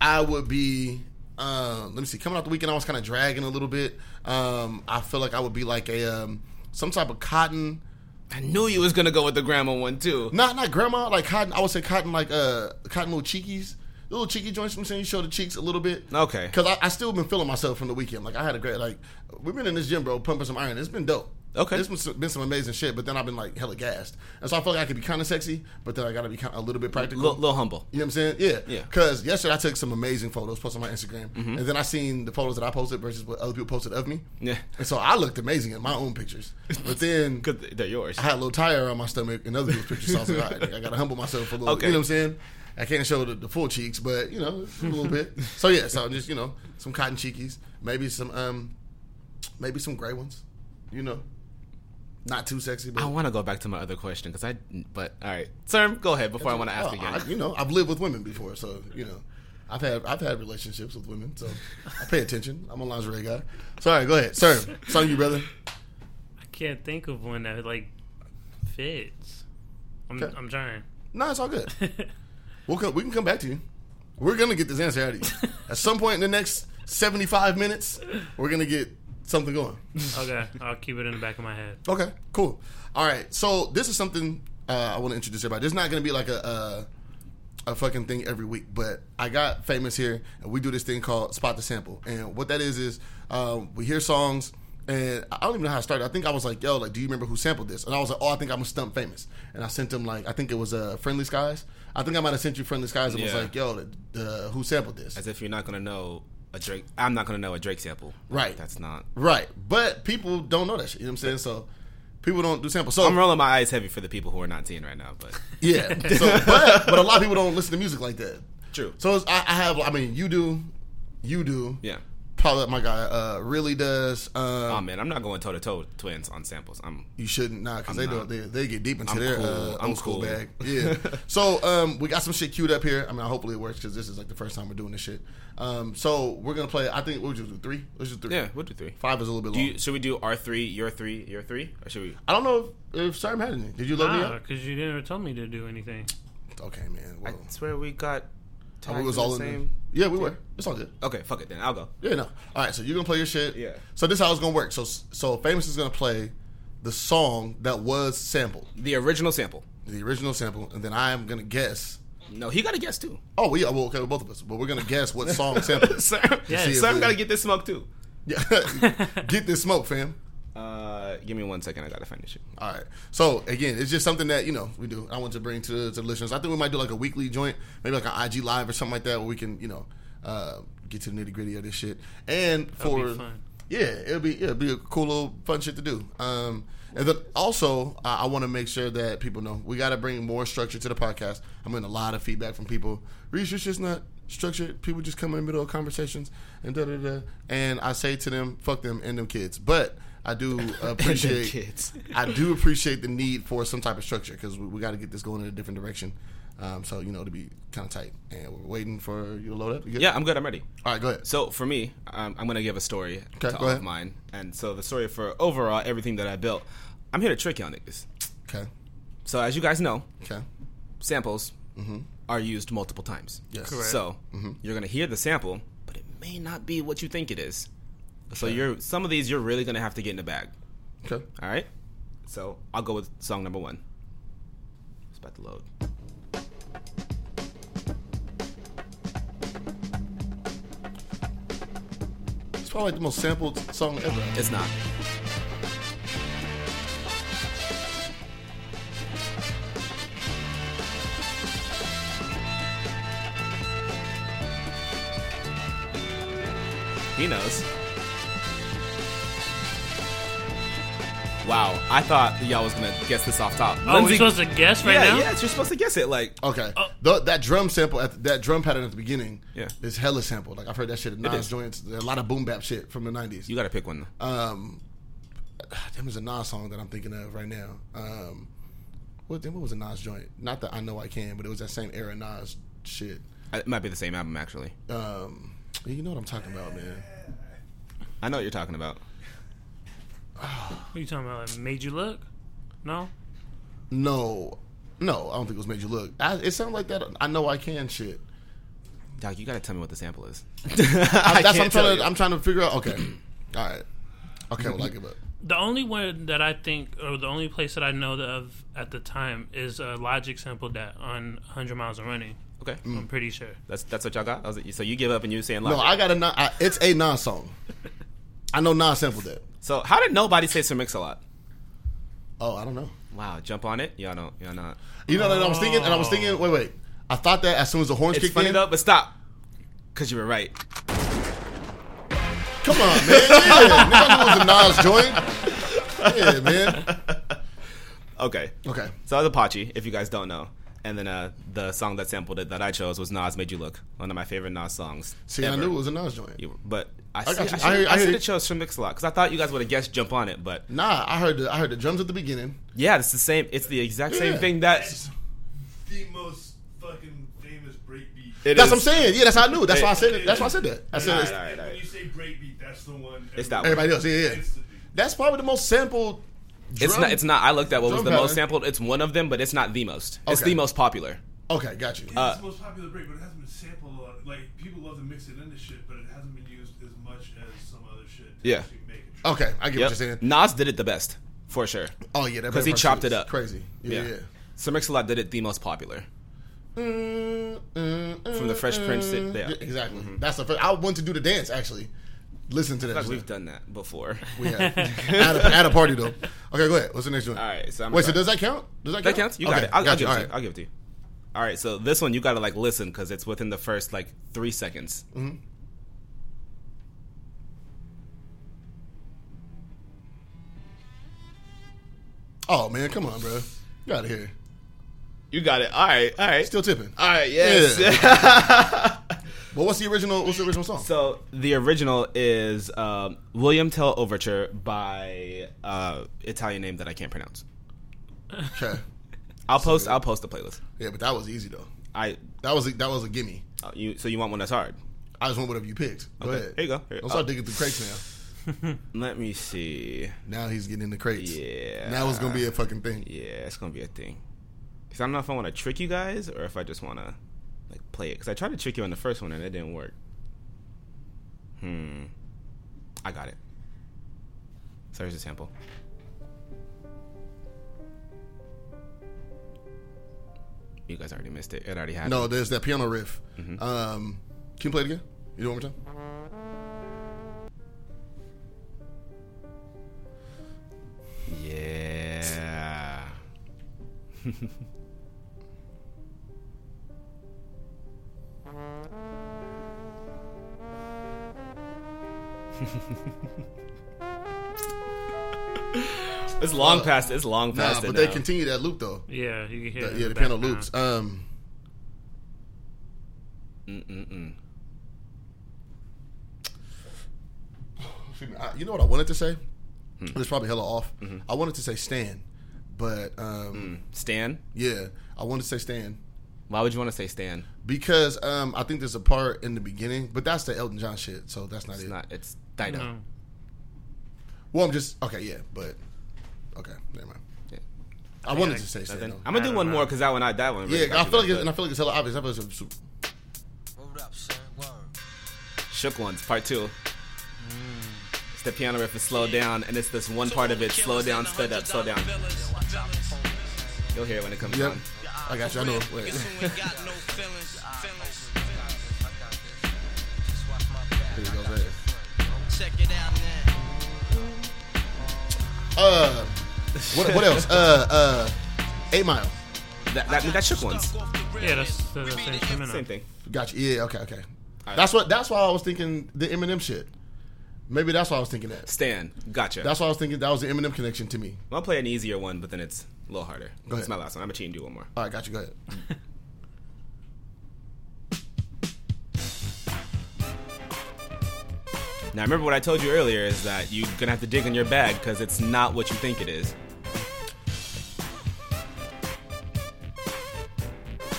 A: I would be. Uh, let me see. Coming out the weekend, I was kind of dragging a little bit. Um, I feel like I would be like a um, some type of cotton.
B: I knew you was gonna go with the grandma one too.
A: Not not grandma like cotton. I would say cotton like uh cotton little cheekies, little cheeky joints. I'm saying you show the cheeks a little bit.
B: Okay.
A: Because I, I still been feeling myself from the weekend. Like I had a great like we've been in this gym, bro, pumping some iron. It's been dope.
B: Okay.
A: It's been some, been some amazing shit, but then I've been like hella gassed, and so I feel like I could be kind of sexy, but then I gotta be kind a little bit practical.
B: Little, little humble.
A: You know what I'm saying? Yeah.
B: Yeah. Mm-hmm.
A: Because yesterday I took some amazing photos, posted on my Instagram, and then I seen the photos that I posted versus what other people posted of me.
B: Yeah.
A: And so I looked amazing in my own
B: *laughs*
A: pictures, but then
B: Cause they're yours.
A: I had a little tire around my stomach and other people's pictures. So I was like, all right, nigga, I gotta humble myself a little.
B: Okay.
A: You know what I'm saying? I can't show the, the full cheeks, but you know, a little bit. So yeah, so just you know, some cotton cheekies, maybe some, um, maybe some gray ones. You know, not too sexy, but
B: I want to go back to my other question because I. But all right, Serm, go ahead before I want to ask
A: Oh,
B: again.
A: I- you know, I've lived with women before, so you know, I've had I've had relationships with women, so I pay attention. I'm a lingerie guy. So all right, go ahead, sir. It's on you, brother.
C: I can't think of one that like fits. I'm,
A: Okay.
C: I'm trying. *laughs*
A: No, it's all good. We'll come, we can come back to you. We're gonna get this answer out of you at some point in the next seventy five minutes. We're gonna get something going.
C: okay, I'll keep it in the back of my head.
A: Okay, cool. All right, so this is something uh, I want to introduce everybody. This is not gonna be like a, a a fucking thing every week, but I got famous here, and we do this thing called spot the sample. And what that is is um, we hear songs. And I don't even know how I started. I think I was like, "Yo, like, do you remember who sampled this?" And I was like, "Oh, I think I'm a stump famous." And I sent them like, I think it was uh, "Friendly Skies." I think I might have sent you "Friendly Skies." and was
B: Yeah.
A: like, "Yo, the, the, who sampled this?"
B: As if you're not gonna know a Drake. I'm not gonna know a Drake sample.
A: Right.
B: That's not.
A: Right. But people don't know that shit. You know what I'm saying? So people don't do samples. So
B: I'm rolling my eyes heavy for the people who are not seeing right now, but
A: yeah. *laughs*
B: *laughs*
A: So, but, but a lot of people don't listen to music like that.
B: True.
A: So it's, I, I have, I mean, you do, you do.
B: yeah.
A: Probably my guy uh, really does. Um,
B: Oh man, I'm not going toe to toe with twins on samples. I'm
A: you shouldn't not because they
B: I'm
A: don't. They, they get deep into
B: I'm
A: their
B: cool.
A: uh,
B: I'm
A: old school
B: cool. *laughs*
A: bag. Yeah. so um, we got some shit queued up here. I mean, hopefully it works because this is like the first time we're doing this shit. Um, so we're gonna play. I think we'll just do three. Let's just do three.
B: yeah. We'll do three.
A: Five is a little bit
B: Do
A: long.
B: you, should we do R three, your three, your three, or should we?
A: I don't know if, if Sam had any. Did you load me
C: Ah,
A: up?
C: because you never told me to do anything.
A: Okay, man. Well,
B: swear we got.
A: Oh, we was all in.
B: same.
A: The, yeah, we were. It's all good.
B: Okay, fuck it then. I'll go.
A: Yeah, no. All right, so you're gonna play your shit.
B: Yeah.
A: So this is how it's gonna work. So so famous is gonna play the song that was sampled,
B: The original sample.
A: the original sample, and then I am gonna guess.
B: No, he got to guess too. *laughs*
A: Oh, we are well, okay, both of us, but we're gonna guess what song sampled. *laughs* it.
B: Sam,
C: Yes.
B: Sam got to get this smoke too.
A: Yeah. Get this smoke, fam.
B: Uh, give me one second. I gotta find this shit.
A: All right. So again, it's just something that you know we do. I want to bring to the, to the listeners. I think we might do like a weekly joint, maybe like an IG live or something like that, where we can you know uh, get to the nitty gritty of this shit. And for
C: be fun.
A: yeah, it'll be it'll be a cool little fun shit to do. Um, and then also, I, I want to make sure that people know we got to bring more structure to the podcast. I'm getting a lot of feedback from people. Reese, it's just not structured. People just come in the middle of conversations and da da da. And I say to them, "Fuck them and them kids," but. I do appreciate
B: kids.
A: I do appreciate the need for some type of structure because we, we got to get this going in a different direction. Um, so you know to be kind of tight, and we're waiting for you to load up. You good?
B: Yeah, I'm good. I'm ready.
A: All right, go ahead.
B: So for me, um, I'm gonna give a story
A: Okay,
B: to
A: go
B: all
A: ahead.
B: of mine, and so the story for overall everything that I built, I'm here to trick y'all niggas.
A: Okay.
B: So as you guys know,
A: Okay.
B: samples are used multiple times.
A: Mm-hmm. Yes. Mm-hmm.
C: Correct.
B: So you're gonna hear the sample, but it may not be what you think it is. So you're some of these you're really gonna have to get in the bag.
A: Okay.
B: All right. So I'll go with song number one. It's about to load.
A: It's probably the most sampled song ever.
B: It's not. He knows. Wow, I thought y'all was gonna guess this off top.
C: Oh, we're supposed to guess right
B: yeah,
C: now?
B: yes, you're supposed to guess it. Like, oh,
A: Okay. Tho- that drum sample at the, that drum pattern at the beginning
B: Yeah.
A: is hella sampled. Like I've heard that shit at Nas
B: is.
A: joints. A lot of boom bap shit from the nineties.
B: you got to pick one.
A: Um, there was a Nas song that I'm thinking of right now. Um, what then? What was a Nas joint? Not that I know I can, but it was that same era Nas shit.
B: Uh, It might be the same album actually.
A: Um, you know what I'm talking about, man.
B: I know what you're talking about.
C: What are you talking about? Like, made you look? No?
A: No, no, I don't think it was made you look. I, it sounded like that. I know I can shit.
B: Doc, you got to tell me what the sample is.
A: *laughs* I,
B: I
A: that's
B: can't
A: what I'm
B: tell
A: trying
B: you.
A: to. I'm trying to figure out. Okay, *clears throat* all right. Okay, well I
B: *laughs*
A: give up.
C: The only one that I think, or the only place that I know of at the time, is uh, Logic sampled that on 100 Miles and Running.
B: okay,
A: Mm.
C: I'm pretty sure.
B: that's that's what y'all got. That was it. So you give up and you saying
A: No,
B: logic.
A: I got a. Nas- I, it's a Nas song. I know Nas sampled that.
B: so how did nobody say Sir Mix a lot?
A: Oh, I don't know.
B: Wow, jump on it. Y'all don't. Y'all not.
A: You know that I was thinking, and I was thinking. Wait, wait. I thought that as soon as the horns
B: It's
A: kicked
B: funny
A: in.
B: though, but stop. Cause you were right.
A: Come on, man. Yeah, nigga, it was a Nas joint. Yeah, man.
B: Okay.
A: Okay.
B: So that was Apache, if you guys don't know. And then uh, the song that sampled it that I chose was Nas Made You Look, one of my favorite Nas songs.
A: See, I
B: ever.
A: knew it was a Nas joint.
B: You- But I,
A: got
B: see, I,
A: you.
B: should,
A: I
B: I,
A: hear- I hear
B: should
A: you.
B: have chose Sir Mix a lot because I thought you guys would have guessed Jump on it, but
A: Nah, I heard the I heard the drums at the beginning.
B: yeah, it's the same. It's the exact same
A: Yeah.
B: thing that
D: the most fucking famous breakbeat.
B: it
A: That's
B: is.
A: what I'm saying. Yeah, that's how I knew. That's why I
B: Hey.
A: said it. That's why I said that. I said
B: Alright,
A: it's-
B: alright, alright.
D: When you say breakbeat, that's the one.
B: It's that
A: everybody else. Yeah, yeah. That's probably the most sampled.
B: It's
A: drum-
B: not. It's not. I looked at what was
A: drum
B: the
A: pattern.
B: most sampled. It's one of them, but it's not the most. It's
A: Okay.
B: the most popular.
A: Okay, got you.
B: Uh,
D: it's the most popular break, but it hasn't been sampled a lot. Like people love to mix it into shit, but it hasn't been used as much as some other shit. To
B: Yeah.
D: actually Make a track.
A: okay, I get what you're saying.
B: Yep. Nas did it the best for sure.
A: Oh yeah, that
B: 'Cause he
A: background
B: chopped
A: shit
B: it
A: is
B: up.
A: Crazy. Yeah, yeah.
B: Sir Mix a lot did it the most popular.
A: From
B: the Fresh Prince sit there.
A: Exactly.
B: Mm-hmm.
A: That's the first. I want to do the dance actually. Listen to that.
B: Like
A: shit.
B: we've done that before.
A: We have.
B: *laughs*
A: at, a, at a party though. Okay, go ahead. What's the next one?
B: All right, so I'm
A: Wait,
B: gonna
A: so
B: try-
A: does that count? Does that count?
B: That counts. You got
A: Okay,
B: it. I'll, I'll
A: got
B: give it
A: All
B: to you.
A: right.
B: I'll give it to you. All right. So this one you gotta like listen because it's within the first like three seconds.
A: Mm-hmm. Oh man, come on, bro. You out of here.
B: You got it. All right. All right.
A: Still tipping.
B: All right.
A: Well, what's the original? What's the original song?
B: *laughs* so the original is um, William Tell Overture by uh, Italian name that I can't pronounce.
A: okay.
B: I'll post. I'll post the playlist.
A: Yeah, but that was easy though.
B: I.
A: That was a, that was a gimme.
B: uh, You. So you want one that's hard?
A: I just want whatever you picked. Go
B: Okay,
A: ahead.
B: here you go. Here-
A: Don't start
B: oh.
A: digging through crates
B: Let me see.
A: now. Now he's getting in the crates.
B: Yeah.
A: Now it's gonna be a fucking thing.
B: Yeah, it's gonna be a thing. Cause I don't know if I want to trick you guys or if I just want to like play it. Cause I tried to trick you on the first one and it didn't work. Hmm. I got it. So here's a sample. You guys already missed it. It already happened.
A: No, there's that piano riff.
B: Mm-hmm.
A: Um, can you play it again? You do it one more time. *laughs*
B: Yeah. it's long past. It's long
A: Nah,
B: past.
A: but
B: it
A: they
B: now.
A: continue that loop though.
C: Yeah, you can hear
A: Yeah,
C: it in
A: the piano
C: background.
A: loops. Um,
B: Mm, Mm-mm-mm.
A: excuse me, I- you know what I wanted to say?
B: Hmm.
A: It was probably hella off.
B: Mm-hmm.
A: I wanted to say Stan, but
B: Hmm.
A: um,
B: mm. Stan.
A: yeah, I wanted to say Stan
B: Why would you want to say Stan?
A: because um, I think there's a part in the beginning, but that's the Elton John shit, so that's not
B: It's
A: it.
B: not. It's Dido.
C: No.
A: Well, I'm just okay, yeah, but okay, never mind.
B: Yeah.
A: I wanted to say Stan. though.
B: I'm gonna do
C: don't
B: one
C: know.
B: more because that one, I that one. really
A: Yeah, I
B: got
A: feel
B: me,
A: like it's,
B: but-
A: and I feel like it's hella obvious. I feel like it's
F: Word up, son. Word.
B: Shook Ones Part Two.
A: Mm.
B: It's the piano riff is slowed down, and it's this one part of it slow down, sped up, slow down. You'll hear it when it comes
A: Yep.
B: on.
A: I got you. I know. Wait.
F: uh,
A: Here it goes, right.
F: Check it out now.
A: Uh, what, what *laughs* else? Uh, uh, Eight Mile.
B: That, that, that shook ones.
C: Yeah, that's the same instrumental.
B: Same thing.
A: Gotcha. Yeah. Okay. Okay.
B: Alright.
A: That's what. That's why I was thinking the Eminem shit. Maybe that's why I was thinking that.
B: Stan, gotcha.
A: That's why I was thinking that was the Eminem connection to me.
B: I'll play an easier one, but then it's a little harder. It's
A: ahead.
B: my last one. I'm gonna cheat and do one more.
A: All right, got you. Go ahead.
B: Mm-hmm. Now remember what I told you earlier is that you're gonna have to dig in your bag because it's not what you think it is.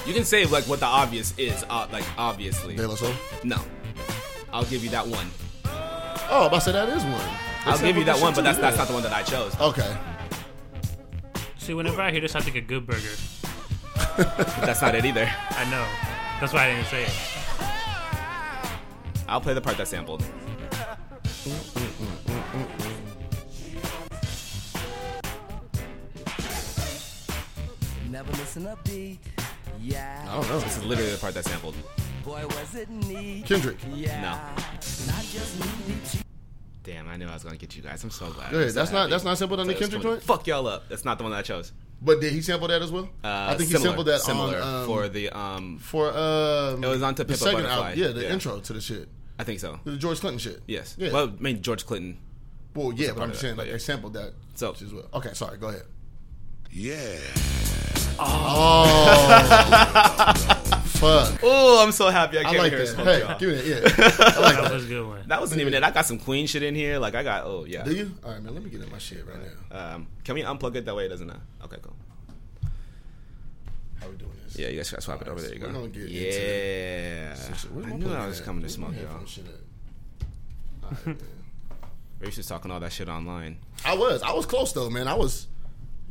B: You can say like what the obvious is, uh, like obviously.
A: De La Soul.
B: No, I'll give you that one.
A: Oh, I'm about to say that is one. They
B: I'll
A: said
B: give you
A: what
B: that
A: they
B: one, but
A: said
B: that's
A: too.
B: that's not the one that I chose.
A: Okay.
C: See, whenever I hear this, I think of Good Burger.
B: That's not
A: *laughs*
B: it either.
C: I know. That's why I didn't say it.
B: I'll play the part that sampled.
G: Never missing a beat. Yeah,
A: I don't know.
B: This is literally the part that sampled.
G: boy, was it neat.
A: Kendrick.
G: Yeah, not just neat.
B: Damn, I knew I was gonna get you guys. I'm so glad.
A: Go ahead.
B: I'm so
A: That's not-
B: happy.
A: that's not sampled on the
B: So
A: Kendrick
B: it's gonna
A: joint?
B: Fuck y'all up. That's not the one that I chose.
A: But did he sample that as well?
B: Uh,
A: I think
B: similar,
A: he sampled that
B: similar
A: on um,
B: for the um.
A: for um,
B: It was on To
A: the
B: Pimp a
A: second
B: Butterfly.
A: album. Yeah, the
B: Yeah.
A: intro to the shit,
B: I think so.
A: the George Clinton shit.
B: Yes.
A: Yeah.
B: Well,
A: Well,
B: I mean George Clinton.
A: yeah, but I'm
B: part of
A: just
B: that,
A: saying like
B: but yeah.
A: they sampled that
B: So-
A: as well. Okay, sorry. Go ahead.
C: *laughs*
A: Yeah. Oh. Fuck.
B: Oh, I'm so happy I
A: I
B: came
A: like
B: here.
A: that.
B: and spoke to
A: Hey,
B: y'all.
A: give me that.
C: *laughs*
A: Yeah. I like
C: That
A: that.
C: was a good one.
B: That wasn't even it. I got some Queen shit in here. Like I got. Oh yeah.
A: Do you? All right, man. Let me get in my shit right now.
B: Um, can we unplug it that way? It doesn't. Uh, okay, cool.
A: How we doing this?
B: Yeah, you guys gotta swap it over. There you
A: We're
B: go.
A: gonna get into
B: Yeah.
A: Where's
B: I
A: my
B: knew
A: plug
B: I
A: at?
B: was coming to
A: Where's my
B: smoke
A: headphone
B: y'all.
A: shit at? All right, man.
B: Race was talking all that shit online.
A: I was. I was close though, man. I was.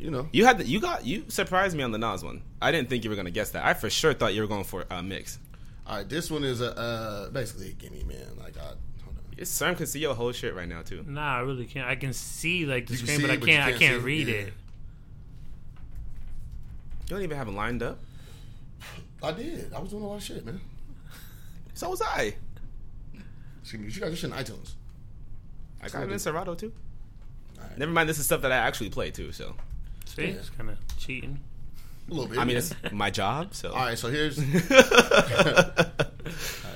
A: You know.
B: You had the, you got you surprised me on the Nas one. I didn't think you were gonna guess that. I for sure thought you were going for a mix.
A: All right. This one is a uh, basically a gimme, man. Like I. Hold on.
B: It's Sam can see your whole shit right now too.
C: Nah, I really can't. I can see like the
A: You can
C: screen,
A: see
C: but
A: it,
C: I
A: but you
C: can't. I
A: can't
C: can't
A: see it.
C: read
A: Yeah.
C: it.
B: You don't even have it lined up.
A: I did. I was doing a lot of shit, man.
B: So was I.
A: Excuse me. You got this shit in iTunes.
B: I got it in Serato too.
A: All right.
B: Never mind. This is stuff that I actually play too. So
C: See,
A: Yeah.
C: it's kind of cheating.
A: A little bit.
B: I mean,
A: yeah. *laughs*
B: it's my job. So
A: all right. So here's. all right.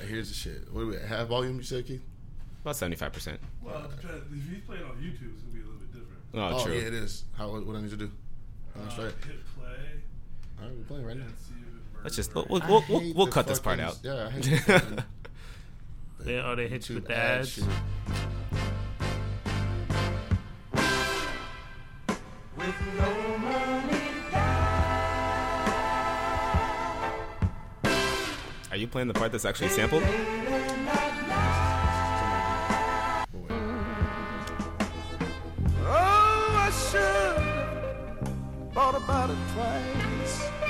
A: Here's the shit. What are we at? Half volume? You said, Keith?
B: *laughs* about seventy five percent.
D: Well, it depends. if he's playing on YouTube, it's gonna be a little bit different.
B: Oh, true.
A: yeah, it is. How? What I need to do? All right,
D: Uh,
A: straight.
D: hit play
A: All right, we're playing right now.
D: and see if it murders.
B: Let's just we'll we'll,
A: I
B: Uh, we'll, we'll,
A: hate the
B: cut this part
A: fucking-
B: out.
A: yeah, I
B: *laughs*
A: hate the fucking-
C: They, oh, they hit you with
A: YouTube
C: the
A: ad
C: ads.
A: shit.
B: Are you playing the part that's actually sampled?
F: *laughs*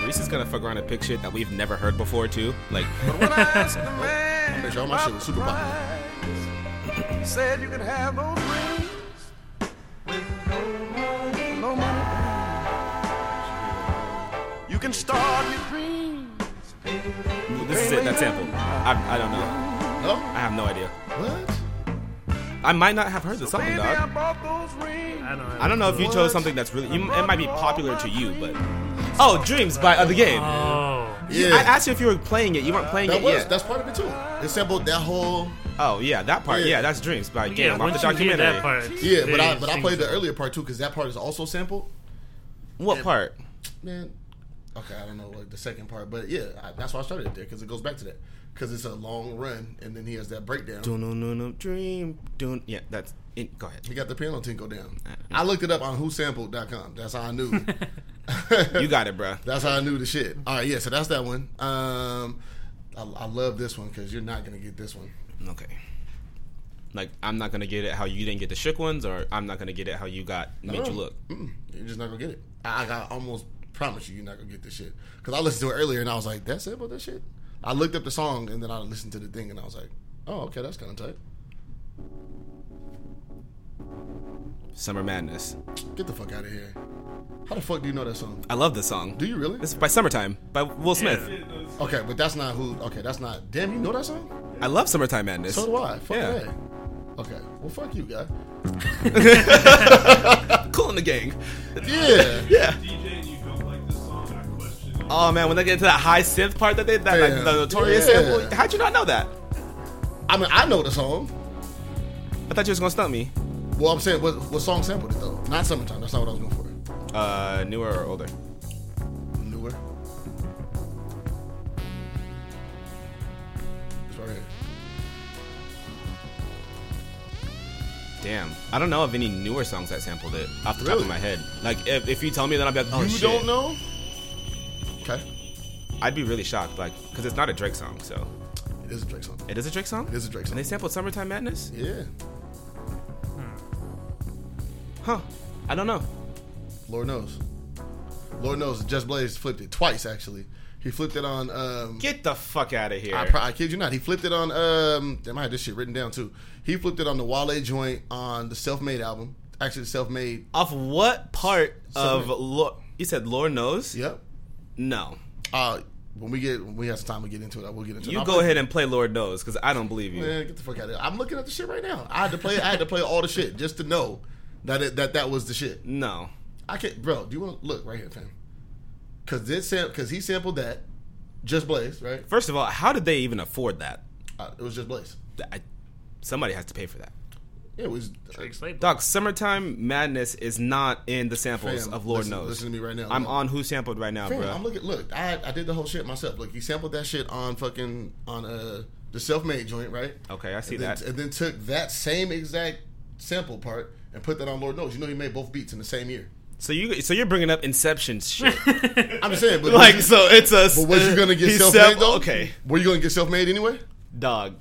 B: Reese is gonna fuck around and pick shit that we've never heard before too. Like *laughs*
A: Make sure all my shit was super bomb.
H: Said you could have those rings with no money. No money. You can start your dreams.
B: this is it. That's sampled. I, I don't know.
A: No?
B: I have no idea.
A: What?
B: I might not have heard the song,
H: Baby, I
B: dog.
H: bought those rings.
C: I don't. Have
B: I don't know if you chose something that's really. You, it might be popular to you, but oh, Dreams by Other Game.
C: Oh,
A: Yeah.
B: I asked you if you were playing it. You weren't playing
A: that
B: it
A: was.
B: yet.
A: That's part of it too. It sampled that whole.
B: Oh yeah, that part.
A: Yeah.
B: Yeah, that's Dreams by
C: yeah.
B: Game. off the
C: Once you hear
B: documentary.
C: that part,
A: Yeah, but I
C: it
A: but I
C: sings
A: played the
C: it.
A: earlier part too because that part is also sampled.
B: What
A: Yeah.
B: part?
A: Man, okay, I don't know like the second part, but yeah, I, that's why I started it there because it goes back to that because it's a long run and then he has that breakdown.
B: Dun, dun, dun, dun, dream. Dun. Yeah, that's. It. Go ahead.
A: He got the piano tinkle down.
B: Uh,
A: I looked it up on whosampled.com. That's how I knew.
B: *laughs*
A: *laughs*
B: You got it, bruh.
A: That's how I knew the shit. All right, yeah. So that's that one. Um, I, I love this one because you're not gonna get this one.
B: Okay. Like I'm not gonna get it how you didn't get the shook ones, or I'm not gonna get it how you got made you look.
A: Mm, you're just not gonna get it. I, I got- I almost promise you, you're not gonna get this shit. Cause I listened to it earlier and I was like, that's it about that shit. I looked up the song and then I listened to the thing and I was like, oh, okay, that's kind of tight.
B: Summer Madness.
A: Get the fuck out of here. How the fuck do you know that song?
B: I love this song.
A: Do you really?
B: This is by Summertime by Will Smith.
D: Yeah, no, it's-
A: Okay, but that's not who. Okay, that's not. Damn, you know that song?
B: I love Summertime Madness.
A: So do I. Fuck
B: Yeah.
A: that. Okay, well, fuck you, guy.
B: Cool in the gang.
A: Yeah.
B: *laughs* Yeah.
D: DJ and you don't like this song, I question you.
B: Oh man, when they get to that high synth part that they that like,
A: Damn.
B: the notorious
A: Yeah.
B: sample, how'd you not know that?
A: I mean, I know the song.
B: I thought you was gonna stump me.
A: Well, I'm saying what, what song sampled it though? Not summertime. That's not what I was going
B: Uh, newer or older?
A: for. Newer. It's right here.
B: Damn, I don't know of any newer songs that sampled it off the top
A: Really?
B: of my head. Like, if, if you tell me, then I'll be like, oh
A: you
B: shit.
A: don't know? Okay.
B: I'd be really shocked, like, because it's not a Drake song. So
A: It is a Drake song.
B: it is a Drake song.
A: It is a Drake
B: And they
A: song.
B: sampled "Summertime Madness."
A: Yeah.
B: Huh? I don't know.
A: Lord knows. Lord knows. Just Blaze flipped it twice actually. He flipped it on. Um,
B: Get the fuck out of here.
A: I, pro- I kid you not. He flipped it on. Um, damn, I had this shit written down too. He flipped it on the Wale joint on the Self Made album. Actually, the Self Made.
B: off what part of
A: Summer-
B: Lord? You said Lord knows.
A: Yep.
B: No.
A: Uh, when we get when we have some time to get into it, I will get into it.
B: You
A: I'm
B: go
A: looking-
B: ahead and play Lord knows, because I don't believe you.
A: Man, get the fuck out of here. I'm looking at the shit right now. I had to play. I had to play all the shit just to know that it, that that was the shit.
B: No.
A: I can't, bro. Do you want to look right here, fam? Because this because he sampled that, just Blaze, right?
B: First of all, how did they even afford that?
A: Uh, it was just Blaze.
B: Th- I, somebody has to pay for that.
A: It was uh,
C: Drake's label.
B: Dog, Summertime Madness is not in the samples
A: Fam,
B: of Lord
A: listen-
B: Knows.
A: listen to me right now,
B: I'm
A: no.
B: on Who Sampled right now,
A: Fam,
B: bro.
A: I'm looking. Look, I I did the whole shit myself. Look, he sampled that shit on fucking on uh the self made joint, right?
B: Okay, I see
A: and then,
B: that.
A: And then took that same exact sample part and put that on Lord knows. You know he made both beats in the same year.
B: so you so you're bringing up *laughs* Inception shit.
A: I'm just saying,
B: *laughs*
A: but
B: like so it's a
A: but was you gonna
B: *laughs*
A: get
B: he
A: self made
B: sampled-
A: though?
B: Okay.
A: were you gonna get self made anyway?
B: Dog.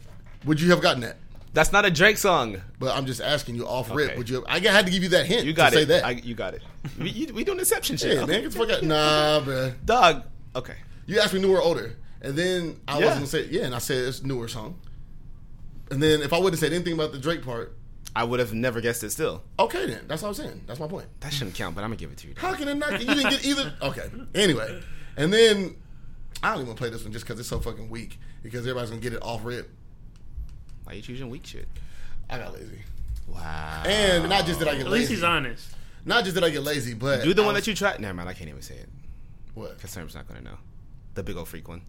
A: Would you have gotten that?
B: That's not a Drake song.
A: But I'm just asking you off rip.
B: Okay.
A: Would you? Have, I had to give you that hint.
B: You got
A: to
B: it.
A: Say that.
B: I, you got it. We, you, we doing Inception shit.
A: yeah,
B: Okay.
A: man, get the fuck out. Nah, bruh.
B: Dog. Okay.
A: You asked me newer, or older, and then I
B: Yeah.
A: was gonna say yeah, and I said it's newer song. And then if I wouldn't said anything about the Drake part,
B: I would have never guessed it still.
A: okay, then that's what I'm saying. That's my point.
B: That shouldn't count, but I'm gonna give it to you. dog.
A: How can it not? You didn't get either. Okay. Anyway, and then I don't even play this one just because it's so fucking weak. Because everybody's gonna get it off rip.
B: Why you choosing weak shit?
A: I got lazy,
B: Wow.
A: and not just that I get
C: At
A: lazy.
C: least he's honest.
A: Not just that I get lazy, but
B: Do the
A: I
B: one
A: was-
B: that you tried. Never mind. I can't even say it
A: What?
B: because Sam's not gonna know. The big old freak one.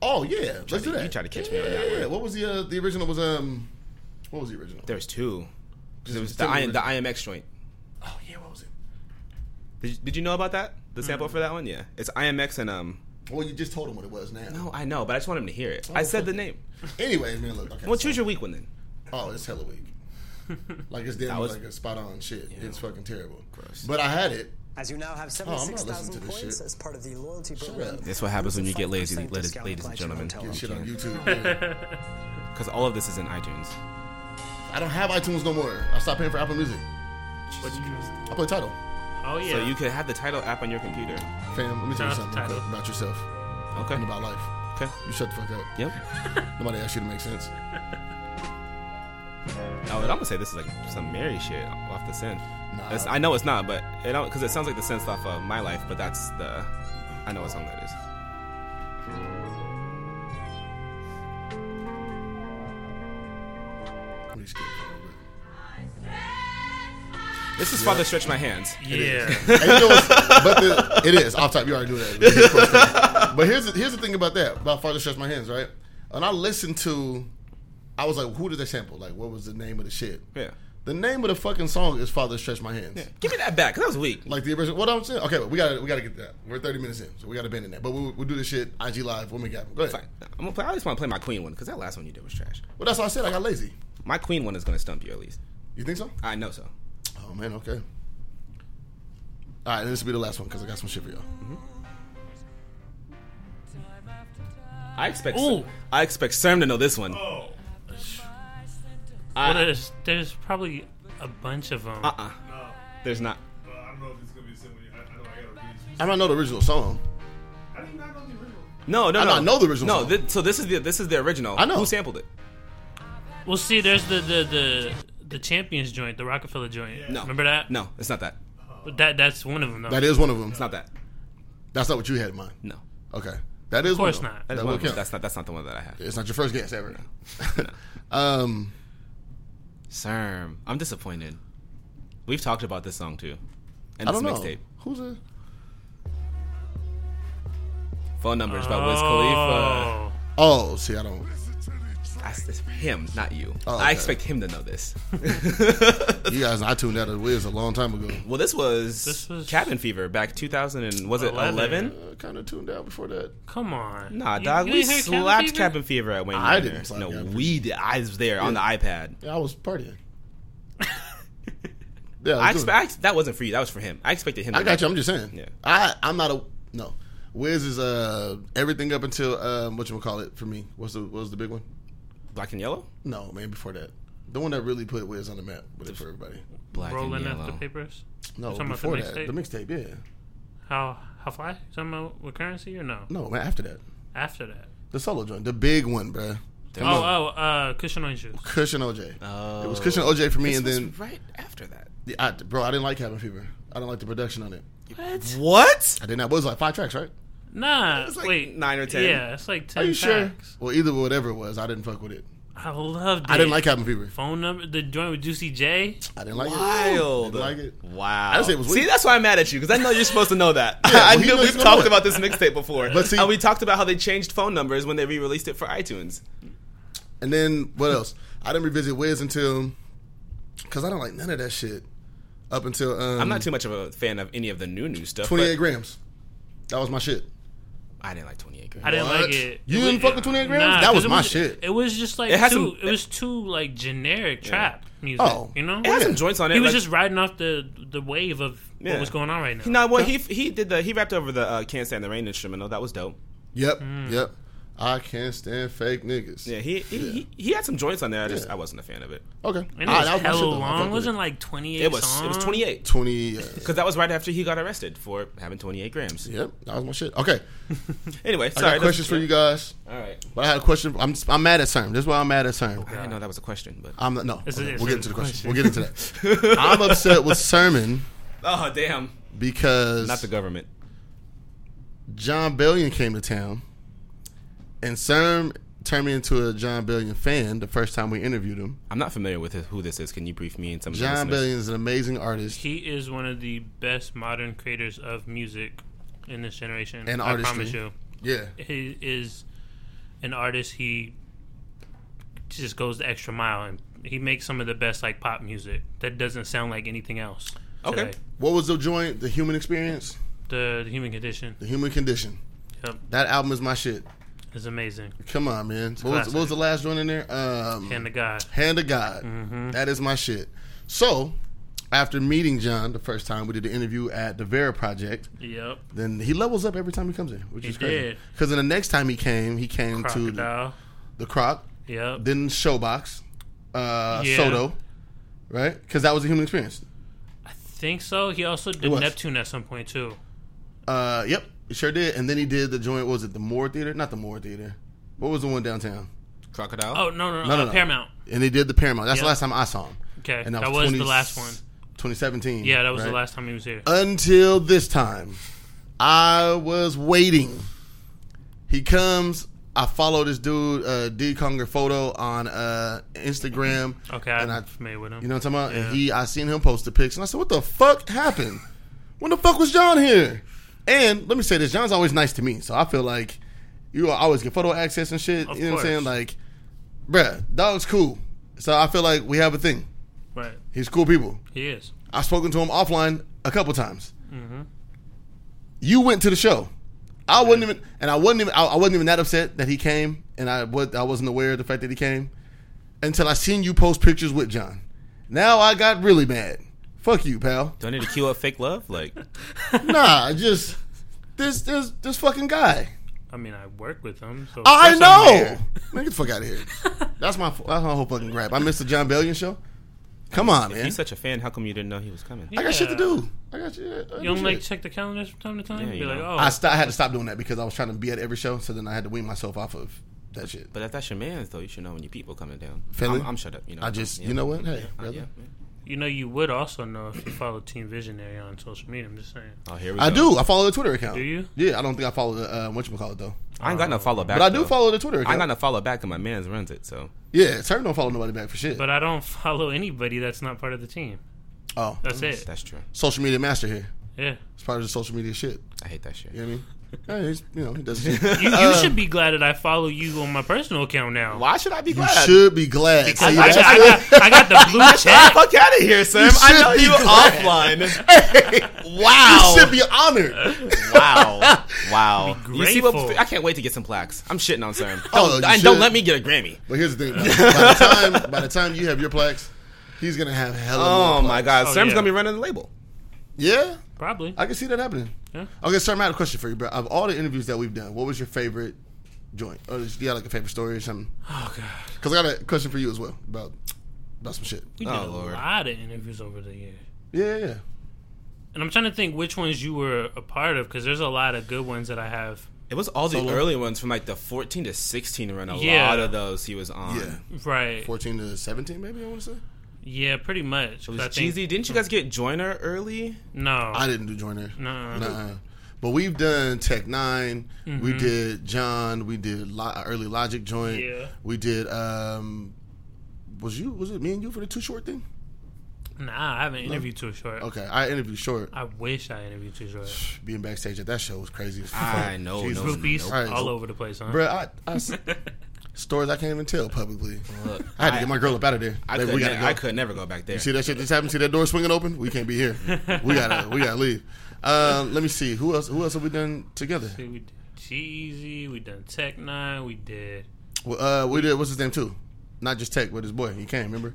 A: Oh yeah, let's do
B: to-
A: that.
B: you tried to catch me on
A: Yeah,
B: that one.
A: yeah. What was the uh, the original? Was um, what was the original?
B: There was two.
A: Just
B: 'Cause There was
A: tell
B: the,
A: me
B: I, the
A: where-
B: IMX joint.
A: Oh yeah, what was it?
B: Did you, did you know about that? The sample for that one? Yeah. It's IMX and um.
A: Well, you just told him what it was now.
B: No, I know, but I just want him to hear it. I said the name.
A: Anyways, man, look. Okay,
B: Well,
A: so-
B: choose your weak one then.
A: Oh, it's hella weak. like it's damn
B: That was-
A: like a spot on shit. It's fucking terrible.
B: Gross.
A: But I had it. Oh,
I: As you now have
A: not
I: 76,000
A: listening to this
I: points
A: shit.
I: as part of the loyalty
A: up.
I: program.
B: That's what happens when you get lazy,
I: 5%
B: ladies,
I: discount
B: ladies and
I: applied to your hotel.
B: gentlemen.
A: Get shit on YouTube.
B: *laughs*
A: Yeah.
B: Because all of this is in iTunes.
A: I don't have iTunes no more. I stopped paying for Apple Music. I play title.
C: Oh yeah.
B: So you could have the title app on your computer.
A: Fam, let me tell you
C: Shout out to
A: something real
C: Tidal.
A: quick about yourself
B: Okay.
A: and about life.
B: Okay.
A: You shut the fuck up.
B: Yep.
A: Nobody asked you to make sense.
B: Oh, but I'm gonna say this is like some Mary shit off the synth.
A: Nah.
B: It's- I know it's not, but it because it sounds like the synth off of My Life, but that's the I know what song that is.
A: Let me skip for a little bit.
B: This is Father Stretch My Hands. *laughs*
C: yeah.
A: And you know what's, but the, it is off top. You already knew that. but here's the, here's the thing about that about Father Stretch My Hands, right? And I listened to, I was like, who did they sample? Like, what was the name of the shit?
B: Yeah.
A: The name of the fucking song is Father Stretch My Hands.
B: Give me that back, 'cause that was weak.
A: Like the original. What I'm saying. Okay, but we got to we got to get that. We're 30 minutes in, so we got to bend in that. But we'll, we'll do this shit IG live when we got. Go ahead.
B: Fine. I'm gonna play, I just want to play my Queen one because that last one you did was trash.
A: Well, that's what I said. I got lazy.
B: My Queen one is gonna stump you at least.
A: You think so?
B: I know so.
A: Oh man. Okay. All right, this will be the last one because I got some shit for y'all.
B: I expect
C: Ooh.
B: I expect Sam to know this one.
D: Oh,
B: I-
C: Well, there's there's probably a bunch of them.
B: uh-uh.
D: no.
B: There's not.
D: Well, I don't know if it's gonna be the same when you. I, I know I gotta read.
A: I might know the original song.
D: I did not know the original.
B: No, no,
A: I
B: no.
A: don't know the original
B: No,
A: song.
B: thi- so this is the this is the original.
A: I know.
B: who sampled it.
C: Well, see, there's the the the. The Champions joint, the Rockefeller joint.
B: No,
C: Remember that?
B: No, it's not that.
C: That that's one of them though.
A: That is one of them.
B: It's not that.
A: That's not what you had in mind.
B: No,
A: Okay. That is of
C: course
A: one
C: not.
A: That
B: that's,
A: will
B: one of them.
A: count.
B: that's not that's not the one that I have.
A: It's not your first guess ever. um,
B: *laughs* Serm. I'm disappointed. We've talked about this song too. And
A: I
B: this
A: don't know.
B: mixtape.
A: Who's a?
B: Phone numbers by Wiz Khalifa.
C: oh.
A: Oh, see, I don't.
B: I, it's for him, not you.
A: Oh,
B: I
A: okay.
B: expect him to
A: *laughs*
B: know this.
A: You guys, I tuned out of the Wiz a long time ago.
B: well, this was,
C: This was-
B: Cabin Fever back 2000 and was it
C: 11.
B: 11?
A: Uh, kind of tuned out before that.
C: Come on.
B: Nah,
C: You-
B: dog,
C: you
B: we
C: ain't heard Cabin
B: slapped
C: Fever?
B: Cabin Fever at Wayne.
A: I
B: Manor.
A: didn't slap
B: No,
A: Cabin
B: we did. I was there on the iPad.
A: Yeah, I was
B: *laughs*
A: partying. yeah,
B: I
A: I, was
B: expect
A: doing it.
B: I, ex- that wasn't for you. That was for him. I expected him.
A: I
B: to
A: got you.
B: know.
A: I'm just saying.
B: Yeah.
A: I I'm not a no. Wiz is uh everything up until um what you call it for me. What's the what was the big one?
B: Black and yellow.
A: No, man. Before that, the one that really put Wiz on the map with it for everybody.
B: Black
C: Rolling
B: and yellow.
C: after papers.
A: No,
C: talking about
A: before
C: the
A: that,
C: mixtape?
A: the mixtape. Yeah.
C: How how fly? You talking about with currency or no?
A: No, man. After that,
C: After that.
A: the solo joint, the big one, bruh.
B: Damn.
C: Oh oh uh cushion on shoes.
A: Cushion OJ.
B: Oh.
A: It was Cushion OJ for me,
B: This
A: and
B: was
A: then
B: right after that.
A: the, I, bro, I didn't like Cabin Fever. I didn't like the production on it.
C: What?
B: What?
A: I did not. What was it, like five tracks, right?
C: Nah.
B: was like
C: wait.
B: nine or 10.
C: Yeah, it's like ten.
A: Are you sure?
C: tracks.
A: Well, either whatever it was, I didn't fuck with it.
C: I loved it.
A: I didn't like Cabin Fever.
C: phone number. The joint with Juicy J.
A: I didn't like it.
B: Wild.
A: Didn't like it.
B: Wow.
A: I just say it was
B: see,
A: weak.
B: that's why I'm mad at you because I know you're supposed to
A: *laughs*
B: know that. *laughs* I
A: well, he
B: knew
A: knows
B: we've
A: he's gonna
B: talked
A: win.
B: about this mixtape before.
A: But see-
B: and we talked about how they changed phone numbers when they re-released it for iTunes.
A: And then what else? I didn't revisit Wiz until because I don't like none of that shit up until um,
B: I'm not too much of a fan of any of the new new stuff.
A: 28
B: but
A: grams. That was my shit.
B: I didn't like 28 grams.
C: I didn't
A: What?
C: like it.
A: You
C: It
A: didn't
C: was-
A: fuck with 28 grams?
C: Nah,
A: That
C: 'cause
A: was
C: it
A: my shit.
C: It was just like
B: It had
C: too.
B: some-
C: it was too like generic trap music.
A: Oh.
C: you know.
B: it had some joints on it.
C: he was
B: like-
C: just riding off the the wave of
B: Yeah.
C: what was going on right now.
B: no. Well, he he did the he rapped over the uh, "Can't Stand the Rain" instrumental. That was dope.
A: Yep,
C: Hmm.
A: yep. I can't stand fake niggas.
B: Yeah, he he, he, he had some joints on there. I just
A: Yeah.
B: I wasn't a fan of it.
A: Okay.
C: and it
A: Ah,
C: was
A: that my
C: hella
A: shit, though. I fucked
C: long.
A: with
C: It wasn't like twenty eight.
B: It was it was
C: songs.
B: 28
A: twenty. Uh,
B: because that was right after he got arrested for having 28 grams.
A: yep, that was my shit. Okay,
B: Anyway,
A: I
B: sorry.
A: got questions for you guys.
B: All right.
A: But I had a question. I'm I'm mad at CERN. This is why I'm mad at CERN.
B: I didn't know that was a question, but
A: I'm not, no.
C: It's a-
A: Okay,
C: it's
A: we'll get
C: a
A: into the question. We'll get into
B: *laughs*
A: that. I'm upset with Sermon
B: oh damn,
A: because
B: not the government.
A: John Bellion came to town, and Serm turned me into a John Bellion fan the first time we interviewed him.
B: I'm not familiar with who this is. Can you brief me in some? of the
A: John
B: listeners?
A: Bellion is an amazing artist
C: He is one of the best modern creators of music in this generation.
A: and
C: I
A: artist.
C: promise you,
A: Yeah,
C: he is an artist. He just goes the extra mile, and he makes some of the best like pop music that doesn't sound like anything else.
B: Okay.
C: today.
A: what was the joint? The Human Experience,
C: the, the human condition
A: The Human Condition.
C: Yep.
A: That album is my shit.
C: is amazing.
A: Come on, man. What was, what was the last joint in there? Um,
C: And the guy,
A: Hand of God.
C: Mm-hmm.
A: That is my shit. So, after meeting John the first time, we did the interview at the Vera Project.
C: yep,
A: Then he levels up every time he comes in, which
C: He
A: is crazy.
C: did.
A: Because then the next time he came, he came to the,
C: crocodile,
A: the Croc,
C: yep.
A: then Showbox, uh,
C: Yeah.
A: Soto, right? Because that was a human experience.
C: Think so. He also did
A: was.
C: Neptune at some point too.
A: Uh, yep, it sure did. And then he did the joint. what was it the Moore Theater? Not the Moore Theater. What was the one downtown?
B: Crocodile.
C: Oh no no no,
A: No, no,
C: uh,
A: no.
C: Paramount.
A: And he did the Paramount. That's the
C: Yep.
A: last time I saw him.
C: Okay,
A: And
C: that was
A: 20
C: the last one.
A: 2017.
C: Yeah, that was the
A: right? Uh,
C: last time he was here.
A: until this time. I was waiting. He comes. I follow this dude, uh, D Conger photo on uh, Instagram.
C: Okay,
A: and I,
C: I'm familiar with him.
A: you know what I'm talking about.
C: Yeah.
A: And he, I seen him post the pics, and I said, "What the fuck happened? When the fuck was John here?" And let me say this: John's always nice to me, so I feel like you always get photo access and shit.
C: Of
A: you know what I'm saying?
C: course.
A: Like, bruh, dog's cool. So I feel like we have a thing.
C: right,
A: He's cool people.
C: he is.
A: I've spoken to him offline a couple times.
C: Mm-hmm.
A: You went to the show. I wasn't even, and I wasn't even, I, I wasn't even that upset that he came, and I was, I wasn't aware of the fact that he came until I seen you post pictures with John. Now I got really mad. Fuck you, pal.
B: Do I need to queue up fake love?
A: *laughs*
B: Like,
C: *laughs*
A: nah, I just this this this fucking guy.
C: I mean, I work with him. So of
A: Oh, I
C: course I'm
A: know.
C: here.
A: Man, get the fuck out of here.
C: *laughs*
A: That's my that's my whole fucking grab. I missed the John Bellion show. Come on, man.
B: he's such a fan. How come you didn't know he was coming?
A: I got shit to
C: Yeah.
A: do. I got shit. I
C: You don't
A: got
C: like
A: shit.
C: check the calendars from time to time.
B: Yeah,
C: Be
B: you
C: like,
B: know.
C: oh,
A: I, st- I had to stop doing that because I was trying to be at every show, so then I had to wean myself off of that shit.
B: But if that's your man's, though, you should know when your people coming down.
A: Philly?
B: I'm, I'm shut up. You know.
A: I just,
B: Yeah.
A: you know what? Hey,
B: Yeah,
A: brother.
B: yeah.
C: you know, you would also know if you follow Team Visionary on social media. I'm just saying.
B: Oh, here we
A: I
B: go.
A: do. I follow the Twitter account.
C: Do you?
A: Yeah, I don't think I follow the uh, what you call it though.
B: I ain't got no follow back.
A: But I do
B: though.
A: follow the Twitter
B: I ain't
A: account.
B: got no follow back, and my man's runs it. So
A: yeah, Turner don't follow nobody back for shit.
C: But I don't follow anybody that's not part of the team.
A: oh,
C: That's it.
B: that's true.
A: social media master here.
C: Yeah.
A: It's part of the social media shit.
B: I hate that shit.
A: You know what I mean? Hey, he's, you know, he does. his thing.
C: You, you should be glad that I follow you on my personal account now.
B: Why should I be
A: You
B: glad?
A: should be glad.
C: I,
A: See,
C: I-
A: that's
C: I
A: it.
C: got, I got the blue
B: Ah,
C: check.
B: fuck out of here, Sam.
A: You
B: I know
A: should be
B: you
A: glad.
B: offline. wow.
A: *laughs* You should be honored. *laughs*
B: wow. Wow. You see what?
C: grateful.
B: I can't wait to get some plaques. I'm shitting on Sam. Don't,
A: Oh, you
B: and don't
A: should.
B: let me get a Grammy.
A: But here's the thing: by the time by the time you have your plaques, he's gonna have hella.
B: Oh
A: more plaques.
B: my God,
C: Oh,
B: Sam's
C: yeah.
B: gonna be running the label.
A: Yeah,
C: Probably.
A: I can see that happening.
C: Yeah.
A: Okay, sir, I have a question for you, bro. Of all the interviews that we've done, what was your favorite joint? Or do you have like a favorite story or something?
C: Oh god.
A: Because I got a question for you as well about about some shit.
C: We did
B: Oh,
C: a
B: Lord.
C: lot of interviews over the years.
A: Yeah, yeah, yeah.
C: And I'm trying to think which ones you were a part of because there's a lot of good ones that I have.
B: It was all the
A: Solo.
B: early ones from like the 14 to 16 run. A
C: Yeah.
B: lot of those he was on.
A: Yeah.
C: Right.
A: fourteen to seventeen, maybe I want to say.
C: Yeah, pretty
B: It
C: much.
B: was
C: I think-
B: Jeezy. Didn't you guys get Joyner early?
C: No.
A: I didn't do Joyner.
C: Nuh-uh.
A: Nuh-uh. But we've done Tech 9 We
C: Mm-hmm.
A: did John. We did Lo- early Logic joint.
C: Yeah.
A: We did. um Was you? Was it me and you for the too short thing?
C: Nah, I haven't interviewed Too Short.
A: Okay, I interviewed short.
C: I wish I interviewed Too Short.
A: Being backstage at that show was crazy. as fuck.
B: I know,
A: Jesus.
B: no,
C: Groupies
B: nope.
A: Alright,
C: all
A: so-
C: over the place, *laughs* huh?
A: Bruh, I, I s- stories I can't even tell publicly.
B: Look,
A: *laughs* I had to get my girl up out of there.
B: I
A: Baby,
B: could,
A: we gotta
B: ne-
A: go.
B: I could never go back there.
A: See that shit just happened. See that door swinging open. We can't be here. We gotta. we gotta leave. Um, let me see. Who else? Who else have we done together?
C: See, we did Jeezy. We done Tech Nine. We did.
A: Well, uh, we did. What's his name too? Not just Tech, but his boy. He came. Remember?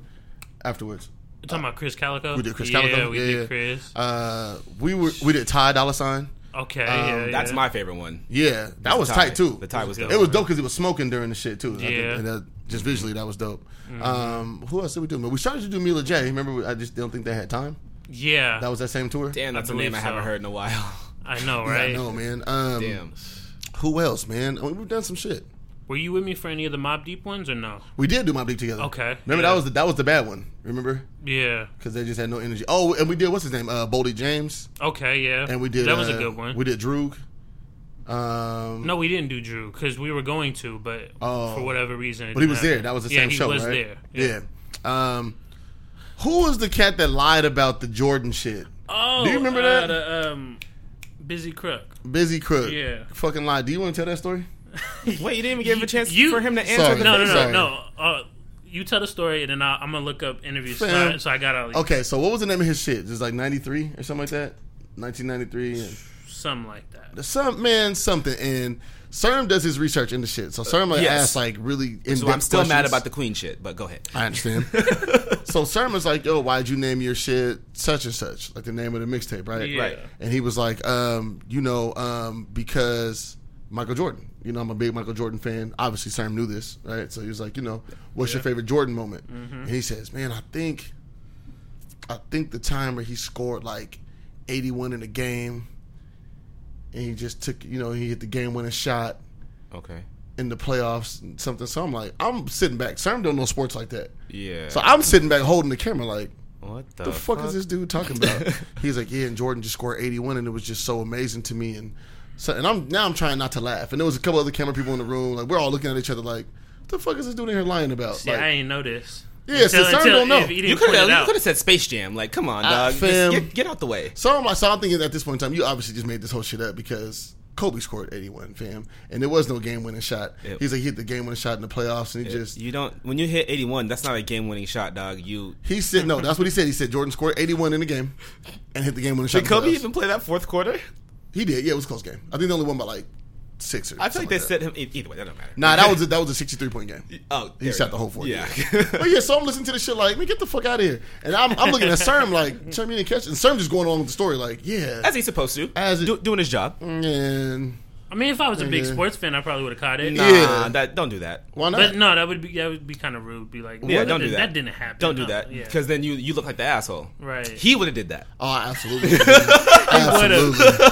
A: Afterwards,
C: You talking about Chris Calico?
A: we did Chris
C: yeah,
A: Calico.
C: we did Chris.
A: Uh, we were. We did Ty Dolla Sign.
C: okay, yeah, yeah.
B: That's my favorite one.
A: Yeah, that was
B: The tie.
A: tight too.
B: The tie was
C: It
B: dope.
A: It was dope because he was smoking during the shit too. I think-
C: Yeah. Mm-hmm.
A: and that, just visually that was dope. Um, who else did we do? We started to do Mila J. Remember? we- I just don't think they had time.
C: yeah.
A: That was that same tour.
B: Damn, that's a
C: believe
B: name I haven't
C: so.
B: heard in
A: *laughs*
B: a while.
C: I know,
A: Yeah,
C: right?
A: I know, man. Um,
B: Damn.
A: Who else, man? I mean, we've done some shit.
C: Were you with me for any of the Mob Deep ones or no?
A: We did do Mob Deep together.
C: Okay,
A: Remember
C: yeah.
A: that was the, that was the bad one. Remember
C: Yeah.
A: because they just had no energy. Oh, and we did what's his name? Uh, Boldy James.
C: Okay, yeah.
A: And we did
C: That was a
A: uh,
C: good one.
A: We did Droog. Um,
C: No, we didn't do Drew because we were going to, but
A: Oh.
C: for whatever reason, it
A: but he
C: didn't
A: was there.
C: happen.
A: That was the
C: yeah,
A: same
C: he
A: show,
C: was
A: right?
C: There.
A: Yeah. Um, who was the cat that lied about the Jordan shit?
C: Oh,
A: Do you remember
C: uh,
A: that?
C: The, um, Busy Crook.
A: Busy Crook.
C: Yeah.
A: Fucking lie. Do you want to tell that story?
B: Wait, you didn't even give him a chance
C: You-
B: for him to answer
A: Sorry.
B: the
C: No, no, no,
A: Sorry.
C: no. Uh, you tell the story, and then I, I'm gonna look up interviews. So
A: Fam.
C: I, so I got all
A: Okay, so what was the name of his shit? Just like '93 or something like that. 1993. And
C: something like that.
A: some man something and Serm does his research into shit. So Serm like
B: Yes.
A: asks like really in
B: So I'm still mad about the Queen shit, but go
A: *laughs*
B: ahead.
A: I
B: *laughs*
A: understand. so Serm was like, "Yo, why'd you name your shit such and such?" Like the name of the mixtape, right?
C: Yeah.
B: Right.
A: And he was like, um, "You know, um, because Michael Jordan. You know, I'm a big Michael Jordan fan. Obviously, Serm knew this, right? So he was like, you know, what's your favorite Jordan moment?" And he says, "Man, I think, I think the time where he scored like 81 in a game." and he just took you know he hit the game winning shot
B: Okay.
A: in the playoffs and something. So I'm like I'm sitting back. Sam don't know sports like that.
B: Yeah.
A: So I'm sitting back holding the camera like
B: what the,
A: the fuck, is this dude talking about?
B: *laughs*
A: He's like yeah, and Jordan just scored 81 and it was just so amazing to me and so and I'm now I'm trying not to laugh. And there was a couple other camera people in the room like we're all looking at each other like the fuck is this dude in here lying about?
C: See,
A: Like,
C: I ain't know this.
A: Yeah, so Sam don't know.
C: if he didn't
B: You could
C: point it out. Uh,
B: have said Space Jam. Like, come on,
A: I-
B: dog. Just
A: fam.
B: get, get out the way.
A: So I'm like, so I'm thinking at this point in time, you obviously just made this whole shit up because Kobe scored 81, fam, and there was no game winning shot.
B: Yep.
A: He's like, he hit the game winning shot in the playoffs, and he just
B: you don't. When you hit 81, that's not a game-winning shot, dog. You
A: He said no. That's what he said. He said Jordan scored 81 in the game and hit the game winning shot.
B: did Kobe
A: in the playoffs.
B: even play that fourth quarter?
A: He did. Yeah, it was a close game. I think they only won by like six or.
B: I feel
A: something
B: like they
A: that.
B: set him e- either way. That don't matter.
A: Nah, that was a, that was a 63 point game.
B: Oh,
A: He shot the whole four.
B: Yeah. *laughs*
A: but yeah, so I'm listening to this shit like, man, get the fuck out of here. And I'm, I'm looking at Serm like, *laughs* Serm you didn't catch. it." And Serm just going along with the story like, yeah,
B: As he's supposed to.
A: As it- Mm.
B: Do, doing his job.
A: and
C: I mean, if I was a big
A: Yeah.
C: sports fan, I probably would have caught it.
B: Nah,
A: Yeah.
B: that don't do that.
A: why not?
C: But no, that would be that would be kind of rude. Be like,
B: Yeah,
C: well,
B: don't do that.
C: That didn't happen.
B: Don't do
C: No,
B: that
C: yeah.
B: because then you you look like the asshole.
C: right.
B: He would have did that.
A: Oh,
B: *laughs*
A: absolutely. *laughs* absolutely.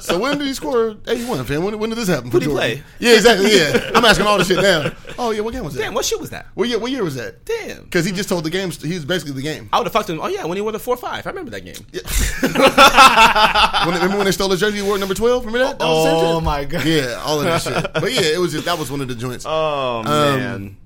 A: so when did he score 81, fam? When, when did this happen? for
B: Who'd he
A: Jordan?
B: play?
A: Yeah, exactly.
B: *laughs*
A: Yeah, I'm asking all this shit now. Oh yeah, what game was that?
B: Damn, what shit was that?
A: What year, what year was that?
B: Damn.
A: Because he just told the game. He was basically the game.
B: I would have fucked him. Oh yeah, when he won the four five, I remember that game.
A: When- remember when they stole his jersey? He wore number twelve. Remember that? that was the same shit?
B: Ah. Oh my god.
A: Yeah, all of that shit. But yeah, it was just that was one of the joints. Um,
B: Oh man.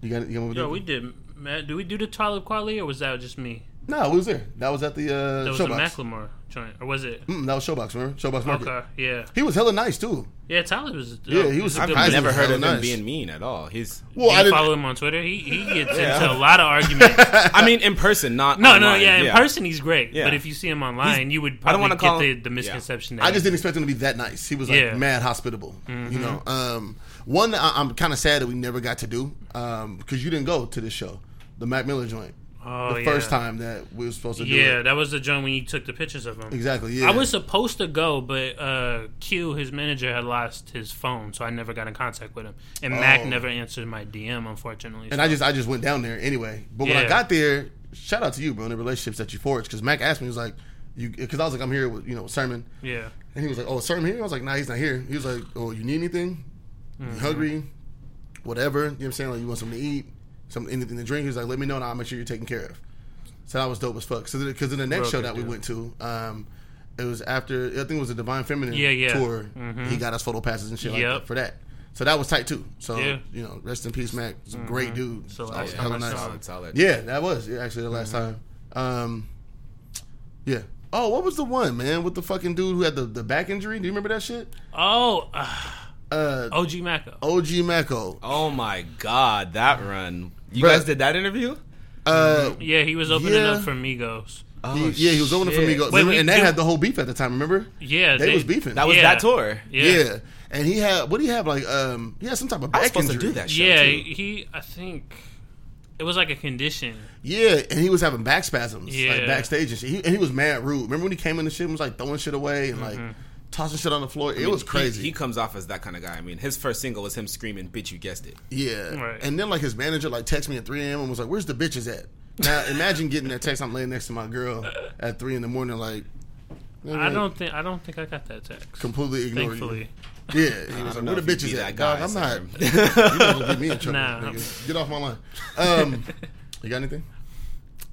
A: You got it. You got
C: Yo,
A: it?
C: we did. Matt, do we do the Talib Kweli or was that just me?
A: No, we was there. That was at the uh,
C: That was the
A: showbox.
C: Macklemore joint, or was it?
A: Mm, that was showbox. Remember showbox market.
C: Okay, yeah,
A: He was hella nice too.
C: yeah. Tyler was. uh,
A: Yeah, he was
C: a good
A: surprising.
B: I've
C: dude.
B: never heard of him
A: Hella nice.
B: being mean at all. He's
A: Well, I
C: you
A: didn't.
C: follow him on Twitter. He he gets into a lot
B: *laughs*
C: of arguments.
B: I mean, in person, not
C: No, no,
B: online.
C: yeah. In person, he's great.
B: Yeah.
C: But if you see him online, you would
B: I don't
C: probably
B: wanna
C: get
B: call
C: the,
B: him-
C: the misconception. That
A: I just didn't expect him to be that nice. He was like
C: Yeah. Mm-hmm.
A: mad hospitable. You know, um, one I, I'm kind of sad that we never got to do because you didn't go to this show, the Mac Miller joint,
C: Oh,
A: the
C: yeah.
A: first time that we were supposed to do
C: Yeah,
A: it.
C: that was the joint when you took the pictures of him.
A: Exactly. Yeah.
C: I was supposed to go, but uh, Q, his manager, had lost his phone, so I never got in contact with him. And Mac
A: Oh.
C: never answered my DM, unfortunately.
A: and I just I just went down there anyway. But when I
C: Yeah.
A: got there, shout out to you, bro, and the relationships that you forged. Because Mac asked me, he was like, you because I was like, I'm here with you know Sermon,
C: yeah,
A: and he was like, oh Sermon here. I was like, nah, he's not here. He was like, oh, you need anything?
C: Mm-hmm.
A: You hungry? Whatever. You know what I'm saying? Like, you want something to eat, some anything to drink? He was like, let me know, and I'll make sure you're taken care of. So that was dope as fuck. So because in the next
C: Bro
A: show
C: can
A: that we
C: do.
A: went to, um, it was after I think it was the Divine Feminine
C: Yeah, yeah. Mm-hmm.
A: tour. He got us photo passes and shit like
C: Yep.
A: that for that. So that was tight too. So
C: Yeah. Mm-hmm.
A: you know, rest in peace, Mac. He's a great dude.
C: So
A: So
C: last
A: hella
C: time I
A: nice.
C: saw
B: solid, solid.
A: Yeah, that was yeah, actually the last
B: Mm-hmm.
A: time. Um, yeah. Oh, what was the one man with the fucking dude who had the, the back injury? Do you remember that shit?
C: Oh, uh,
A: Uh,
C: OG Macko.
A: OG Mako.
B: Oh my god, that run! You
A: Bruh.
B: guys did that interview?
A: Uh,
C: Yeah, he was opening
A: Yeah. Uh,
C: up for Migos.
B: Mm-hmm. Oh,
A: he- yeah, he was opening for
B: shit.
A: Migos,
C: Wait, we-
A: and they
C: they-
A: had the whole beef at the time. Remember?
C: Yeah,
A: they, was beefing.
B: That was
C: Yeah.
B: that tour.
C: Yeah.
A: Yeah.
C: yeah.
A: And he had what do you have like um he had some type of back
B: I was supposed to
A: injury.
B: do that. Show too.
C: he. I think it was like a condition.
A: Yeah, and he was having back spasms like
C: Yeah.
A: backstage and shit. He, and he was mad rude. Remember when he came in the shit and was like throwing shit away and like tossing shit on the floor? It was
B: Mm-hmm. He-
A: crazy.
B: He, comes off as that kind of guy. I mean, his first single was him screaming, "Bitch, you guessed it."
A: yeah.
C: Right.
A: And then like his manager like texted me at 3 a.m. and was like, "Where's the bitches at?" Now imagine getting that text. I'm laying next to my girl at three in the morning, like
C: I don't think. I don't think I got that text.
A: completely ignore
C: Thankfully,
A: you. Yeah, and he
B: I
A: was like,
B: don't know
A: "Where the
B: if he'd
A: bitches
B: be
A: at?"
B: that
A: Dog,
B: guy,
A: I'm
B: *laughs*
A: not. *laughs*
B: Sam.
A: You're gonna get me in trouble.
C: Nah.
A: nigga. Get off my line. Um, you got anything?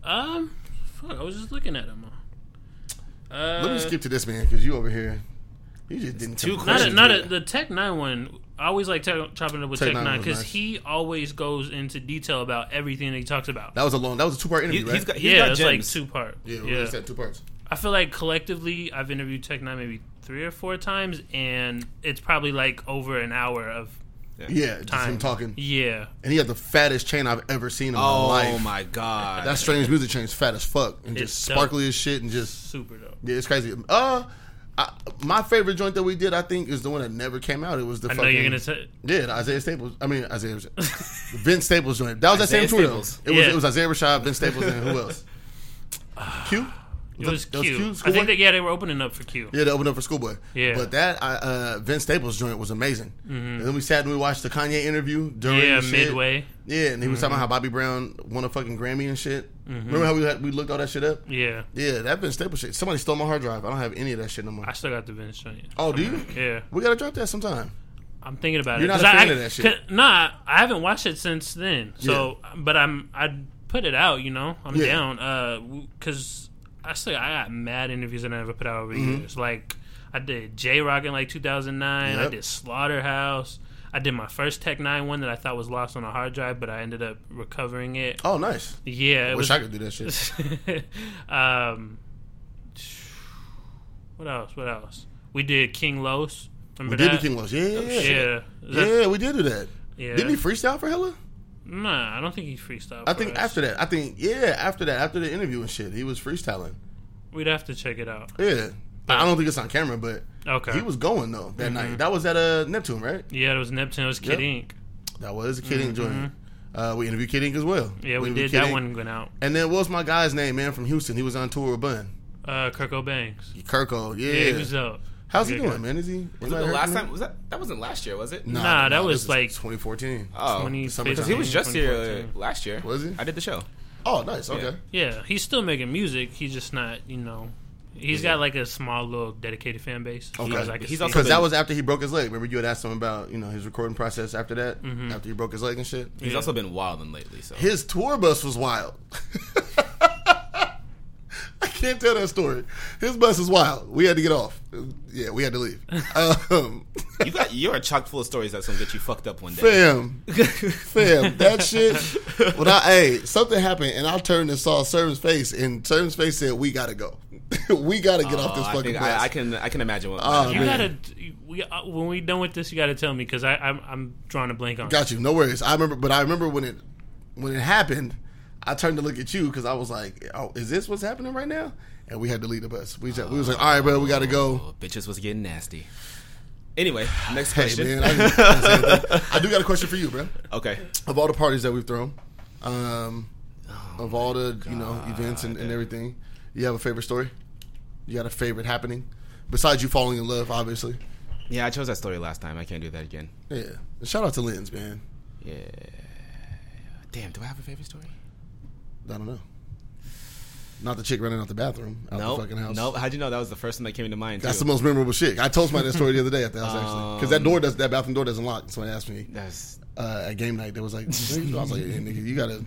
C: um, fuck, I was just looking at him. Uh,
A: Let me skip to this man because you over here. You just didn't come
B: too quick.
C: Not a,
B: Questions,
C: not
B: yeah.
C: a, the Tech Nine one. I always like te- chopping it up with
A: Tech
C: Tech,
A: Nine
C: Nine
A: was
C: because
A: nice.
C: he always goes into detail about everything that he talks about.
A: That was a long. That was a two part
B: He,
A: interview,
B: has
A: right?
B: got, he
C: yeah,
B: got
C: it's like
B: gems.
C: two part.
A: yeah,
C: Yeah,
A: we released that two parts.
C: I feel like collectively, I've interviewed Tech Nine maybe three or four times, and it's probably like over an hour of
A: Yeah, just
C: time.
A: him talking,
C: Yeah,
A: and he had the fattest chain I've ever seen in
B: oh
A: my life.
B: my god,
A: That strange music chain's fat as fuck, and
C: It's
A: just
C: dope.
A: sparkly as shit, and just
C: super dope.
A: yeah, it's crazy. Uh, I, my favorite joint that we did, I think, is the one that never came out. It was the
C: I know
A: fucking
C: you're gonna say.
A: yeah, the Isaiah Staples. I mean Isaiah,
C: *laughs*
A: Vince Staples joint. That was that same
B: Isaiah
A: trio. It was
B: Staples.
C: Yeah.
A: it was Isaiah Rashad, Vince Staples, and who
C: *sighs*
A: else? Q.
C: It was
A: that was
C: Q.
A: Q,
C: I
A: Schoolboy?
C: think that yeah, they were opening up for Q.
A: Yeah, they opened up for Schoolboy.
C: Yeah. Mm-hmm.
A: But that I, uh, Vince Staples joint was amazing. And then we sat and we watched the Kanye interview during
C: Yeah,
A: the shit.
C: midway.
A: Yeah, and he was
C: Mm-hmm.
A: talking about how Bobby Brown won a fucking Grammy and shit. Remember how we had, we looked all that shit up?
C: Yeah,
A: Yeah, that Vince Staples shit. Somebody stole my hard drive. I don't have any of that shit no more.
C: I still got the Vince joint.
A: oh, do you?
C: Yeah,
A: We gotta drop that sometime.
C: I'm thinking about
A: You're not
C: it. 'Cause
A: a fan
C: I,
A: of that shit.
C: 'cause- Nah, I haven't watched it since then. So, but I'm I put it out. You know, I'm
A: Yeah.
C: down. Uh, because I still I got mad interviews that I never put out over the
A: Mm-hmm.
C: years. Like I did J Rock in like 2009. I
A: Yep.
C: did Slaughterhouse. I did my first Tech Nine one that I thought was lost on a hard drive, but I ended up recovering it.
A: Oh, nice.
C: Yeah, it
A: Wish
C: was.
A: I could do that shit.
C: *laughs* um, what else? What else? We did King Los.
A: we
C: Remember
A: did do
C: that? oh,
A: King Los. Yeah, yeah, yeah.
C: Yeah. That's-
A: Yeah, we did do that.
C: Yeah.
A: Didn't he freestyle for hella?
C: Nah, I don't think he freestyled.
A: I
C: for
A: think
C: us.
A: after that. I think yeah, after that, after the interview and shit, he was freestyling.
C: we'd have to check it out.
A: Yeah. I don't think it's on camera, but
C: Okay.
A: He was going though
C: Mm-hmm.
A: that night. That was at uh, Neptune, right?
C: yeah, it was Neptune. It was Kid Ink.
A: That was Kid Ink joint. Uh, we interviewed Kid Ink as well.
C: Mm-hmm. Yeah, we,
A: interviewed
C: did
A: Kid
C: that
A: Ink.
C: one. Went out.
A: And then what was my guy's name, man, from Houston? He was on tour with Bun.
C: Uh, Kirk O'Banks.
A: Kirko, yeah.
C: Yeah, he was out.
A: How's he
C: Yeah,
A: doing,
C: good.
A: man? Is he?
B: Was it the last time? Was that that wasn't last year, was it?
A: No,
C: Nah, that was like-
A: 2014.
B: Oh,
C: 2015,
B: because he was just here
C: 2014.
B: uh, last year.
A: Was he?
B: I did the show.
A: Oh, nice. Okay.
C: Yeah, he's still making music. He's just not, you know, he's got like a small little dedicated fan base. as far
A: Okay.
C: as I can
B: He's
C: see.
B: also-
A: Because that was after he broke his leg. Remember, you had asked him about you know his recording process after that, after he broke his leg and shit.
B: He's
C: Yeah.
B: also been
A: *laughs*
B: wilding lately. So
A: His tour bus was wild. can't tell that story. His bus is wild. We had to get off. Yeah, we had to leave. Um,
B: You got you're a chock full of stories that's gonna get you fucked up one day. *laughs*
A: fam, fam, that shit. When I hey, something happened, and I turned and saw Servant's face, and Servant's face said, "We gotta go. *laughs* we gotta get off
B: Oh,
A: this
B: I,
A: fucking
B: think
A: bus."
B: I, I can I can imagine what.
A: Oh,
B: what
C: You
A: man.
C: gotta we uh, when we done with this, you gotta tell me because I I'm, I'm drawing a blank on. it.
A: Got you. No worries. I remember, but I remember when it when it happened. I turned to look at you because I was like, "Oh, is this what's happening right now?" And we had to leave the bus. We just, we was like, "All right, bro, we got to go."
B: oh, bitches was getting nasty. Anyway, next
A: Hey,
B: question.
A: man, I, didn't- I didn't say anything. I do got a question for you, bro.
B: *laughs* okay,
A: Of all the parties that we've thrown, um,
B: Oh
A: of all the you know events and, and everything, you have a favorite story? You got a favorite happening besides you falling in love, obviously?
B: yeah, I chose that story last time. I can't do that again.
A: Yeah. And shout out to Lens, man.
B: Yeah. Damn, do I have a favorite story?
A: I don't know. Not the chick running out the bathroom out
B: No,
A: the fucking house.
B: no. How'd you know that was the first one that came into mind?
A: That's
B: too?
A: the most memorable shit. I told somebody that story the other day at the house
B: *laughs* Oh.
A: actually, because that door does that bathroom door doesn't lock. Someone asked me
B: That's
A: uh, at game night. They was like, I was like, hey, nigga, you
B: *laughs*
A: gotta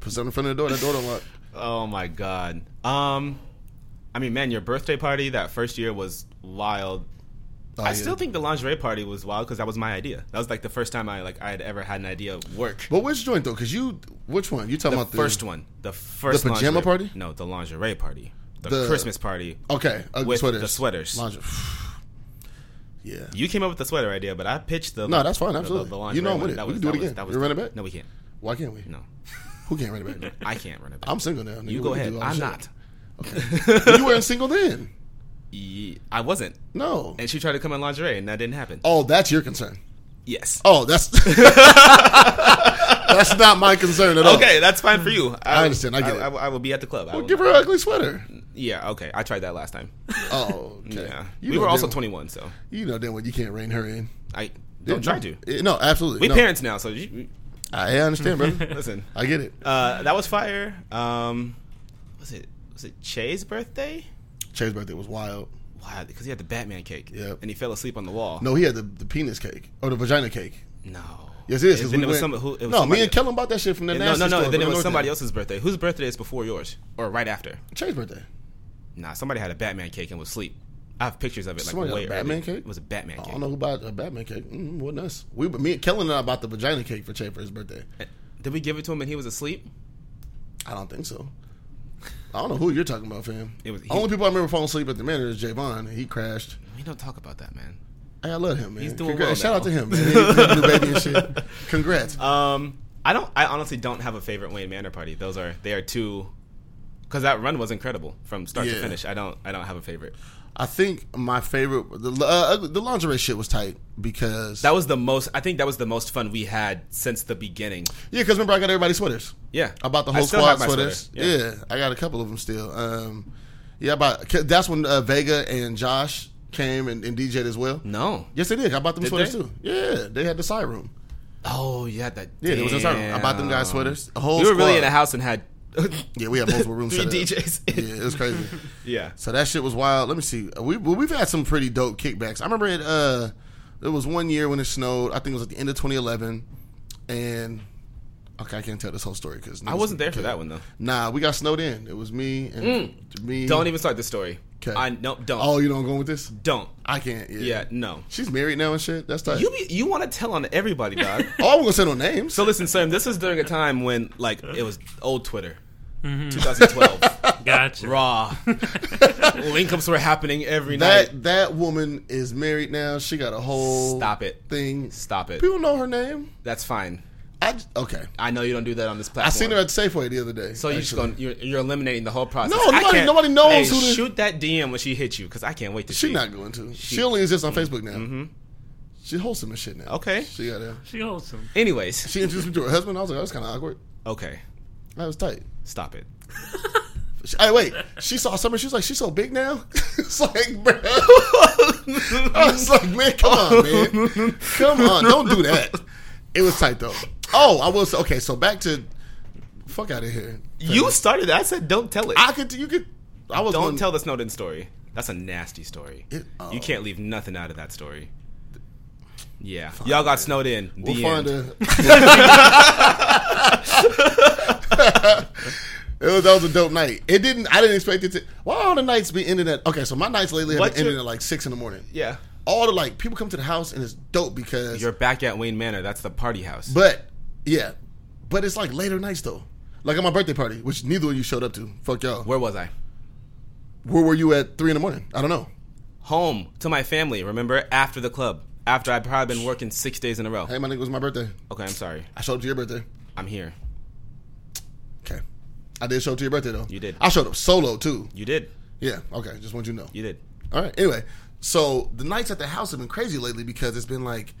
A: put something in front of the door. That door don't lock.
B: Oh my god. Um, I mean, man, your birthday party that first year was wild.
A: Oh,
B: I
A: yeah.
B: still think the lingerie party was wild because that was my idea. That was like the first time I like I had ever had an idea work.
A: But which joint though? Because you, which one? You talking
B: the
A: about the
B: first one, the first
A: The pajama
B: lingerie-
A: party?
B: No, the lingerie party, the,
A: The-
B: Christmas party.
A: Okay, ugly
B: With
A: sweaters.
B: the sweaters.
A: Lingerie. *sighs* yeah.
B: You came up with the sweater idea, but I pitched the
A: No, that's fine,
B: the- the-
A: absolutely.
B: The,
A: You
B: lingerie
A: know I'm
B: one.
A: with it.
B: That
A: We
B: was-
A: can do it
B: that was-
A: again.
B: That
A: You
B: was,
A: run it back?
B: No, we can't.
A: Why can't we?
B: No,
A: Who can't run it *laughs*
B: *laughs*
A: back?
B: I can't run it back.
A: I'm single now. nigga.
B: you
A: We
B: go
A: can
B: ahead.
A: do all
B: I'm
A: shit. *laughs*
B: not. *laughs*
A: But you weren't single then.
B: Ye- I wasn't,
A: No.
B: and she tried to come in lingerie, and that didn't happen.
A: Oh, that's your concern.
B: Yes.
A: Oh,
B: *laughs*
A: that's *laughs* that's not my concern at all.
B: Okay, that's fine for you. I,
A: understand. I get it.
B: I, I will be at the club. I
A: Well,
B: will-
A: give her an ugly
B: *laughs*
A: sweater.
B: Yeah. Okay. I tried that last time.
A: Oh, *laughs* okay.
B: Yeah.
A: You
B: we
A: know
B: were also
A: damn-
B: 21, so
A: You know, then when you can't rein her in.
B: I don't
A: Yeah,
B: try to.
A: Yeah, No, absolutely.
B: We
A: no.
B: parents now, so you,
A: I understand,
B: *laughs*
A: brother.
B: listen.
A: I get it.
B: Uh, that was fire. Um, was it was it Che's birthday?
A: Che's birthday was wild.
B: Wow, because he had the Batman cake.
A: Yep.
B: And he fell asleep on the wall.
A: No, he had the, the penis cake or the vagina cake.
B: No.
A: Yes, it is. 'cause
B: And then
A: we
B: it was
A: went-
B: some. Who, it was
A: no,
B: somebody-
A: me and Kellen bought that shit from the
B: No,
A: nasty
B: no, no.
A: store
B: Then it
A: over
B: was
A: North
B: somebody
A: End.
B: else's birthday. Whose birthday is before yours or right after?
A: Che's birthday.
B: Nah, somebody had a Batman cake and was asleep. I have pictures of it. Like
A: Somebody got
B: way
A: a Batman
B: early.
A: cake?
B: It was a Batman
A: I
B: cake.
A: don't know who bought a Batman cake. Mm, wasn't us. We, but me and Kellen and I bought the vagina cake for Che for his birthday.
B: Uh, Did we give it to him and he was asleep?
A: I don't think so. I don't know who you're talking about, fam.
B: It was- he-
A: Only people I remember falling asleep at the manor is Javon, and he crashed.
B: We don't talk about that, man.
A: Hey, I love him, man.
B: He's doing
A: Congra-
B: well
A: Shout out to
B: now.
A: him, man. He- he- new baby and
B: *laughs*
A: shit. Congrats.
B: Um, I don't. I honestly don't have a favorite Wayne Manor party. Those are they are two. Because that run was incredible from start
A: Yeah.
B: to finish. I don't. I don't have a favorite.
A: I think my favorite the uh, the lingerie shit was tight because
B: That was the most. I think that was the most fun we had since the beginning.
A: yeah, because remember I got everybody sweaters.
B: Yeah,
A: I bought the
B: I
A: whole
B: still
A: squad
B: have my sweater,
A: sweaters.
B: yeah.
A: Yeah. I got a couple of them still. Um, yeah, I bought, 'cause that's when uh, Vega and Josh came and, and DJ'd as well.
B: No.
A: Yes, they did. I bought them
B: Did
A: sweaters
B: they?
A: too. Yeah, they had the side room.
B: Oh yeah, that.
A: Yeah, there was a
B: damn.
A: side room. I bought them guys sweaters. A whole
B: We were really
A: squad.
B: in a house
A: *laughs*
B: and had.
A: Yeah, we had multiple rooms.
B: *laughs* Three
A: set up.
B: DJs.
A: Yeah, it was
B: *laughs*
A: crazy.
B: yeah.
A: So that shit was wild. Let me see. We well, we've had some pretty dope kickbacks. I remember it. Uh, there was one year when it snowed. I think it was at the end of 2011, and okay, I can't tell this whole story because
B: I wasn't there for that one though.
A: Nah, we got snowed in. It was me and me.
B: Don't even start the story.
A: 'Kay.
B: I no don't
A: Oh, you don't go with this?
B: don't.
A: I can't. Yeah.
B: Yeah no.
A: She's married now and shit. That's tight.
B: You be, you want to tell on
A: *laughs*
B: everybody, dog.
A: oh, I'm gonna say no names.
B: So listen, Sam, this is during a time when like it was old Twitter.
C: *laughs*
B: 2012.
C: Gotcha.
B: Raw. Link ups were happening every night.
A: That that woman is married now. She got a whole
B: Stop it.
A: thing.
B: Stop it.
A: People know her name.
B: That's fine.
A: I j- okay.
B: I know you don't do that on this platform.
A: I seen her at Safeway the other day.
B: So you're just
A: actually.
B: going you're, you're eliminating the whole process.
A: No,
B: I
A: nobody-
B: can't-
A: nobody knows
B: Hey,
A: who the-
B: shoot that DM when she hits you because I can't wait to
A: She
B: see.
A: not going to. She, only exists on Facebook now. Mm-hmm. She wholesome and shit now.
B: Okay.
A: She got a,
C: She wholesome.
B: Anyways,
A: She introduced me to her husband. I was like, that was kind of awkward.
B: okay,
A: That was tight.
B: stop it.
A: She, hey, wait. She saw summer. She was like, she's so big now. *laughs* it's like, bro. I was like, man, come on, man. Come on. Don't do that. It was tight, though. Oh, I will say, okay, so back to, fuck out of here.
B: You started that. I said don't tell it.
A: I could, you could, I was
B: don't
A: going-
B: tell the Snowden story. That's a nasty story.
A: It- oh.
B: You can't leave nothing out of that story. Yeah, y'all got snowed in.
A: We'll
B: the *laughs*
A: find a.
B: end.
A: it was was that was a dope night. It didn't. I didn't expect it to. Why all the nights be ending at? Okay, so my nights lately have
B: What's
A: been ending
B: your-
A: at like six in the morning.
B: Yeah.
A: All the like people come to the house and it's dope because.
B: You're back at Wayne Manor. That's the party house.
A: but yeah, but it's like later nights though. Like at my birthday party, which neither of you showed up to. Fuck y'all. Where,
B: Where was I?
A: were you at three in the morning? I don't know.
B: Home to my family. Remember after the club. After I've probably been working six days in a row.
A: Hey, my nigga, it was my birthday.
B: Okay, I'm sorry.
A: I showed up to your birthday.
B: I'm here.
A: Okay. I did show up to your birthday though.
B: You did.
A: I showed up solo too.
B: You did.
A: Yeah. Okay. Just want you to know.
B: You did.
A: All right. Anyway, so the nights at the house have been crazy lately because it's been like,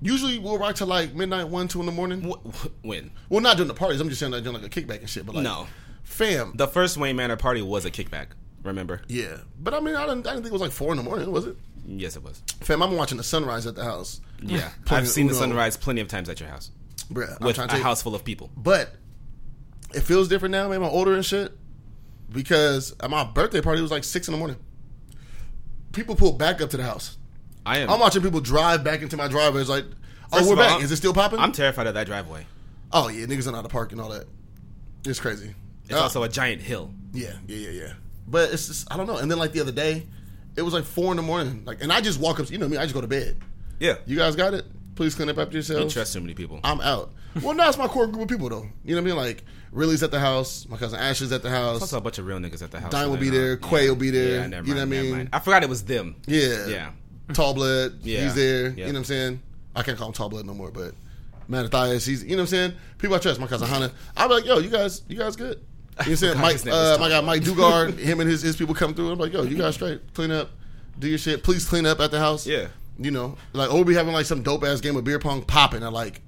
A: usually we'll rock to like midnight, one, two in the morning.
B: Wh- wh- When
A: Well, not during the parties. I'm just saying like doing like a kickback and shit. But like,
B: No.
A: fam.
B: the first Wayne Manor party was a kickback. Remember?
A: yeah, but I mean, I didn't, I didn't think it was like four in the morning, was it?
B: Yes,
A: *laughs*
B: it was.
A: Fam, I'm watching the sunrise at the house,
B: Yeah,
A: Playing
B: I've seen the
A: Uno.
B: sunrise plenty of times at your house
A: bruh. I'm
B: with
A: trying to
B: a
A: tell you-
B: house full of people.
A: but it feels different now. Maybe I'm older and shit because at my birthday party it was like six in the morning. People pulled back up to the house.
B: I am.
A: I'm watching people drive back into my driveway. It's like, oh,
B: First
A: we're
B: of all,
A: back.
B: I'm-
A: Is it still popping?
B: I'm terrified of that driveway.
A: Oh yeah, niggas are not a park and all that. It's crazy.
B: It's
A: Uh,
B: also a giant hill.
A: yeah, yeah, yeah, yeah. But it's just I don't know. And then like the other day, it was like four in the morning. Like, and I just walk up. You know me. I just go to bed.
B: Yeah,
A: You guys got it. Please clean up after yourselves.
B: don't trust too many people.
A: I'm out. Well, now it's my core group of people though. You know what I mean? Like, Rilly's at the house. My cousin Ashley's at the house.
B: also a bunch of real niggas at the house.
A: Dime will be
B: They're
A: there.
B: not-
A: Quay will be there.
B: Yeah, never
A: You know
B: mind,
A: what I
B: never
A: mean?
B: mind. I forgot it was them.
A: Yeah.
B: Yeah.
A: Tall blood.
B: Yeah.
A: He's there.
B: Yeah.
A: You know what I'm saying? I can't call him tall blood no more, but Mattathias, he's you know what I'm saying? People I trust, my cousin Hannah. I'm like, yo, you guys you guys good. You know what I'm saying?
B: *laughs* forgot
A: Mike
B: his name was
A: uh,
B: Tall
A: my guy
B: Blood.
A: Mike Dugard, him and his, his people come through. I'm like, yo, you guys straight. Clean up. Do your shit. Please clean up at the house.
B: Yeah.
A: You know, like or we'll be having like some dope ass game of beer pong popping at like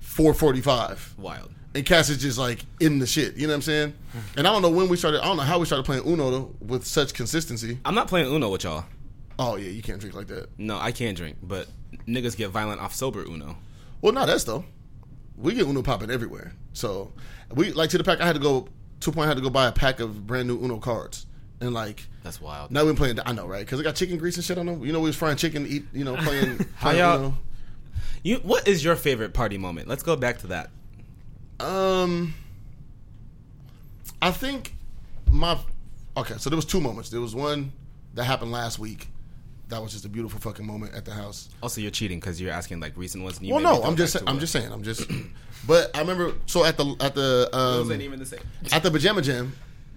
A: four forty five.
B: Wild.
A: And Cass is just like in the shit. You know what I'm saying? And I don't know when we started I don't know how we started playing Uno though, with such consistency.
B: I'm not playing Uno with y'all.
A: Oh yeah, you can't drink like that.
B: No, I can drink, but niggas get violent off sober Uno.
A: Well, not us though. We get Uno popping everywhere. So we like to the pack. I had to go two point. I had to go buy a pack of brand new Uno cards and like.
B: That's wild.
A: Now we're playing. I know, right? Because it got chicken grease and shit on them. You know, we was frying chicken, to eat. You know,
B: *laughs*
A: playing.
B: How
A: playing
B: y'all- You, what is your favorite party moment? Let's go back to that.
A: Uno. Um, I think my okay. So there was two moments. There was one that happened last week. That was just a beautiful fucking moment at the house.
B: Also, you're cheating because you're asking like recent ones. And you
A: Well,
B: made me
A: no,
B: go
A: I'm just,
B: back to
A: I'm
B: it.
A: just saying, I'm just. But I remember. So at the at the
B: It
A: um,
B: wasn't even the same.
A: at the pajama jam,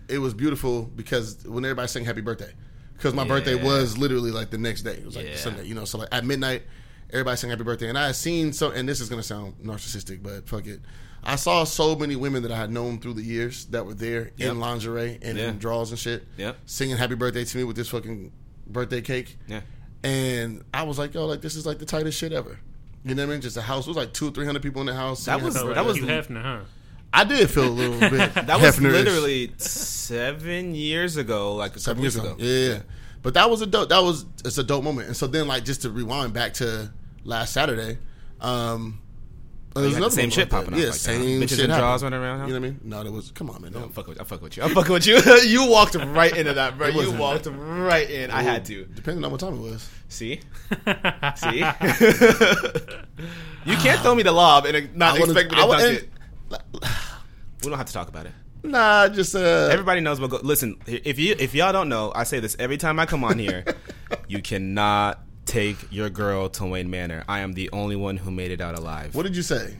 A: it was beautiful because when everybody sang happy birthday, because my birthday
B: Yeah.
A: was literally like the next day. It was like
B: Yeah.
A: Sunday, you know. So like at midnight, everybody sang happy birthday, and I had seen so. And this is gonna sound narcissistic, but fuck it. I saw so many women that I had known through the years that were there
B: Yep.
A: in lingerie and
B: Yeah.
A: in drawers and shit,
B: Yep.
A: singing happy birthday to me with this fucking birthday cake.
B: Yeah.
A: And I was like, yo, like this is like the tightest shit ever. You know what I mean? Just a house. It was like two, three hundred people in the house. singing
B: was-
A: happy
C: So
A: birthday.
B: that was-
C: you Hefner, huh?
A: I did feel a
B: *laughs*
A: little bit.
B: That was
A: Hefner-ish.
B: literally seven years ago, like a
A: seven
B: couple
A: years ago. Yeah, yeah. but that was a dope. That was it's a dope moment. And so then, like, just to rewind back to last Saturday, um, there
B: Oh, had the same
A: moment
B: shit
A: like that.
B: popping up
A: Yeah,
B: like that, huh?
A: same
B: Bitches
A: shit.
B: in drawers
A: happened.
B: running around, huh?
A: You know what I mean? No, that was. Come on, man.
B: I'm
A: No.
B: fucking with, I'm fucking with you. I'm fucking with you. *laughs* you walked right into that, bro. You
A: wasn't.
B: walked right in. I had to.
A: Depending on what time it was. *laughs*
B: See, see. *laughs* you can't throw me the lob and not
A: wanna-
B: expect me to
A: wa-
B: dunk
A: and-
B: it. We don't have to talk about it.
A: Nah, just uh.
B: Everybody knows what. Go- Listen, if you if y'all don't know, I say this every time I come
A: *laughs*
B: on here. you cannot take your girl to Wayne Manor. I am the only one who made it out alive.
A: What did you say?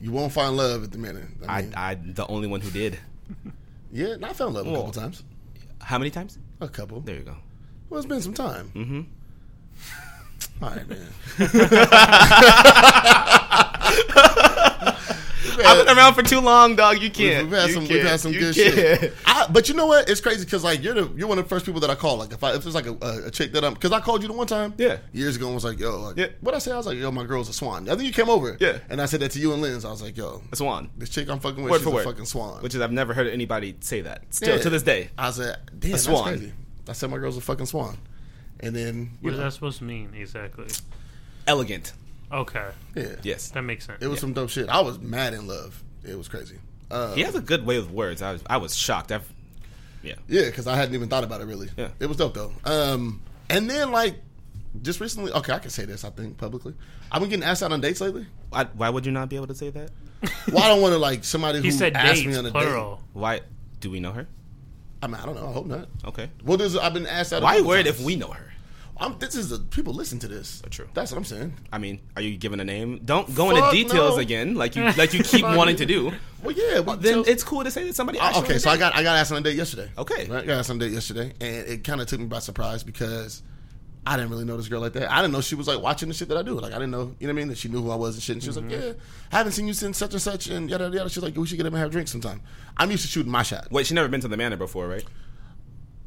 A: You won't find love at the minute. I,
B: I,
A: mean,
B: I the only one who did.
A: yeah, I found love a couple
B: Well.
A: times.
B: How many times?
A: A couple.
B: There you go.
A: Well, it's been some time. Mm-hmm. *laughs* All right,
B: *laughs*
A: man.
B: I've been around for too long, dog. You
A: We've,
B: can't.
A: we've had
B: You
A: some,
B: can't.
A: we've had some
B: You
A: good
B: can't.
A: shit.
B: *laughs*
A: I, but you know what? It's crazy because like you're the, you're one of the first people that I call. Like if I if it's like a, a, a chick that I'm because I called you the one time.
B: Yeah.
A: Years ago, and was like, yo, like,
B: Yeah.
A: what I say? I was like, yo, my girl's a swan. I think you came over.
B: Yeah.
A: And I said that to you and Linz. I was like, yo,
B: A swan.
A: this chick I'm fucking with,
B: Word
A: she's
B: for
A: a
B: word.
A: fucking swan.
B: Which is I've never heard anybody say that. Still
A: Yeah.
B: to this day.
A: I said, damn, that's
B: swan.
A: crazy. I said my girl's a fucking swan. And then you
C: What is
A: know,
C: that supposed to mean exactly?
B: Elegant.
C: Okay,
A: yeah,
B: Yes.
C: that makes sense.
A: it was some dope shit. I was mad in love. It was crazy. Uh,
B: He has a good way with words. I was I was shocked. I've yeah.
A: Yeah, because I hadn't even thought about it really.
B: Yeah.
A: It was dope though. Um, and then like just recently, okay, I can say this. I think publicly, I've been getting asked out on dates lately.
B: Why, why would you not be able to say that?
A: Well, I don't want to like somebody
C: he
A: who
C: said
A: asked
C: dates,
A: me on a
C: plural.
B: Why Do we know her?
A: I mean, I don't know. I hope not.
B: Okay.
A: Well, this I've been asked that. a
B: Why
A: couple
B: word
A: times.
B: if we know her?
A: I'm, this is a, people listen to this.
B: True.
A: That's what I'm saying.
B: I mean, are you giving a name? Don't go
A: Fuck
B: into details
A: no. *laughs*
B: again, like you like you keep wanting to do.
A: Well, yeah. we-
B: Then
A: so-
B: it's cool to say that somebody.
A: Uh,
B: asked you on
A: okay,
B: a
A: so I
B: date.
A: got I got asked on a date yesterday.
B: Okay.
A: Right? I got asked on a date yesterday, and it kind of took me by surprise because I didn't really know this girl like that. I didn't know she was like watching the shit that I do. Like I didn't know, you know what I mean? That she knew who I was and shit. And she was like,
B: Mm-hmm.
A: "Yeah, I haven't seen you since such and such," and yada yada. yada. She was like, "We should get up and have drinks sometime." I'm used to shooting my shot.
B: Wait, she never been to the manor before, right?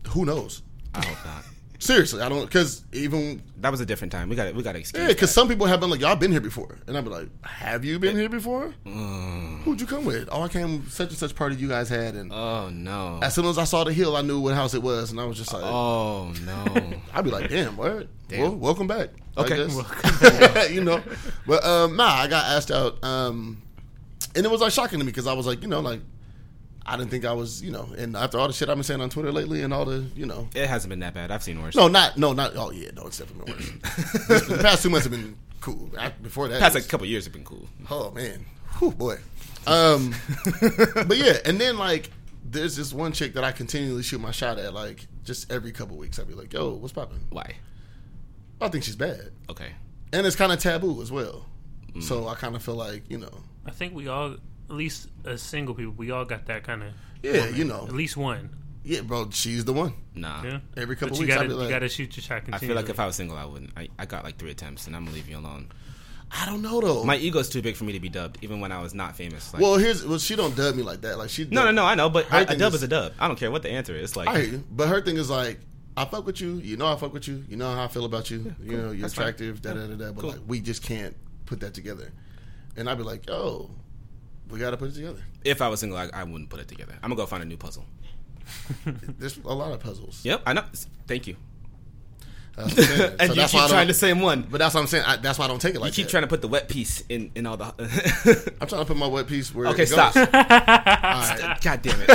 A: Who knows?
B: I hope not.
A: Seriously, I don't because even
B: Oh, That was a different time. We got it. We got to excuse.
A: yeah, because some people have been like, "Y'all been here before," and I'd be like, "Have you been here before?
B: Mm.
A: Who'd you come with? Oh, I came with such and such party you guys had." And
B: that. Oh no.
A: as soon as I saw the hill, I knew what house it was, and I was just like,
B: Oh
A: *laughs*
B: no.
A: I'd be like, damn, what? Well, welcome back. I
B: Okay.
A: guess. *laughs* you know, but um, nah, I got asked out, um, and it was like shocking to me because I was like, you know, like I didn't think I was, you know, and after all the shit I've been saying on Twitter lately and all the, you know,
B: it hasn't been that bad. I've seen worse.
A: no, not, no, not, oh yeah, no, it's definitely been worse.
B: *laughs*
A: This- the past two months have been cool. I, before that,
B: past
A: it
B: like
A: was-
B: a couple years have
A: *laughs*
B: been cool.
A: Oh man, whew, boy. Um, but yeah, and then like there's this one chick that I continually shoot my shot at, like just every couple weeks. I'd be like, yo, what's poppin'?
B: Why?
A: I think she's bad,
B: Okay.
A: and it's kind of taboo as well.
B: Mm.
A: So I kind of feel like you know,
C: I think we all, at least as single people, we all got that kind of.
A: yeah, you know,
C: At least one.
A: yeah, bro, she's the one.
B: Nah.
C: Yeah.
A: Every couple
C: but you
A: weeks, I'd
C: gotta,
A: be like-
C: you gotta shoot your shot.
B: I feel like if
C: continually.
B: I was single, I wouldn't. I, I got like three attempts, and I'm gonna leave you alone.
A: I don't know though.
B: My ego's too big for me to be dubbed, even when I was not famous. Like,
A: well, here's well, she don't dub me like that. Like she
B: no, no, no. I know, but
A: Her
B: I, a
A: thing
B: dub
A: is-
B: is a dub. I don't care what the answer is. Like,
A: I hear you, but her thing is like. I fuck with you. You know I fuck with you. You know how I feel about you. you know you're
B: That's fine.
A: attractive. Da da da da. But
B: Cool.
A: like we just can't put that together. And I'd be like, oh, we gotta put it together.
B: if I was single, I, I wouldn't put it together. I'm gonna go find a new puzzle.
A: There's a lot of puzzles.
B: Yep, I know. S- Thank you.
A: That's what I'm saying.
B: *laughs* and
A: So
B: you
A: that's why I
B: keep trying
A: don't-
B: the same one.
A: But that's what I'm saying. I, that's why I don't take it like
B: You keep
A: that.
B: trying to put the wet piece in in all the. *laughs*
A: I'm trying to put my wet piece where.
B: okay,
A: it goes.
B: stop.
A: All right.
B: God damn it.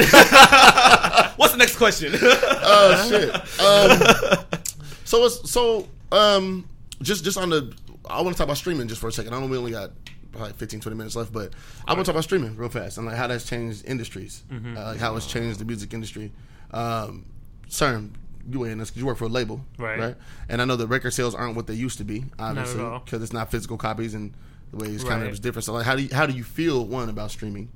B: What's the next question?
C: *laughs*
A: Oh shit. Um, so it's so um just just on the I want to talk about streaming just for a second. I know we only got probably 15, 20 minutes left, but I want to talk about streaming real fast and like how that's changed industries,
C: Mm-hmm.
A: uh, like how it's changed the music industry. Um, CERN, you weigh in this 'cause you work for a label,
C: Right.
A: And I know the record sales aren't what they used to be, obviously,
C: all.
A: because it's not physical copies and the way it's kind of
C: Right.
A: is different. So like, how do you, how do you feel one about streaming?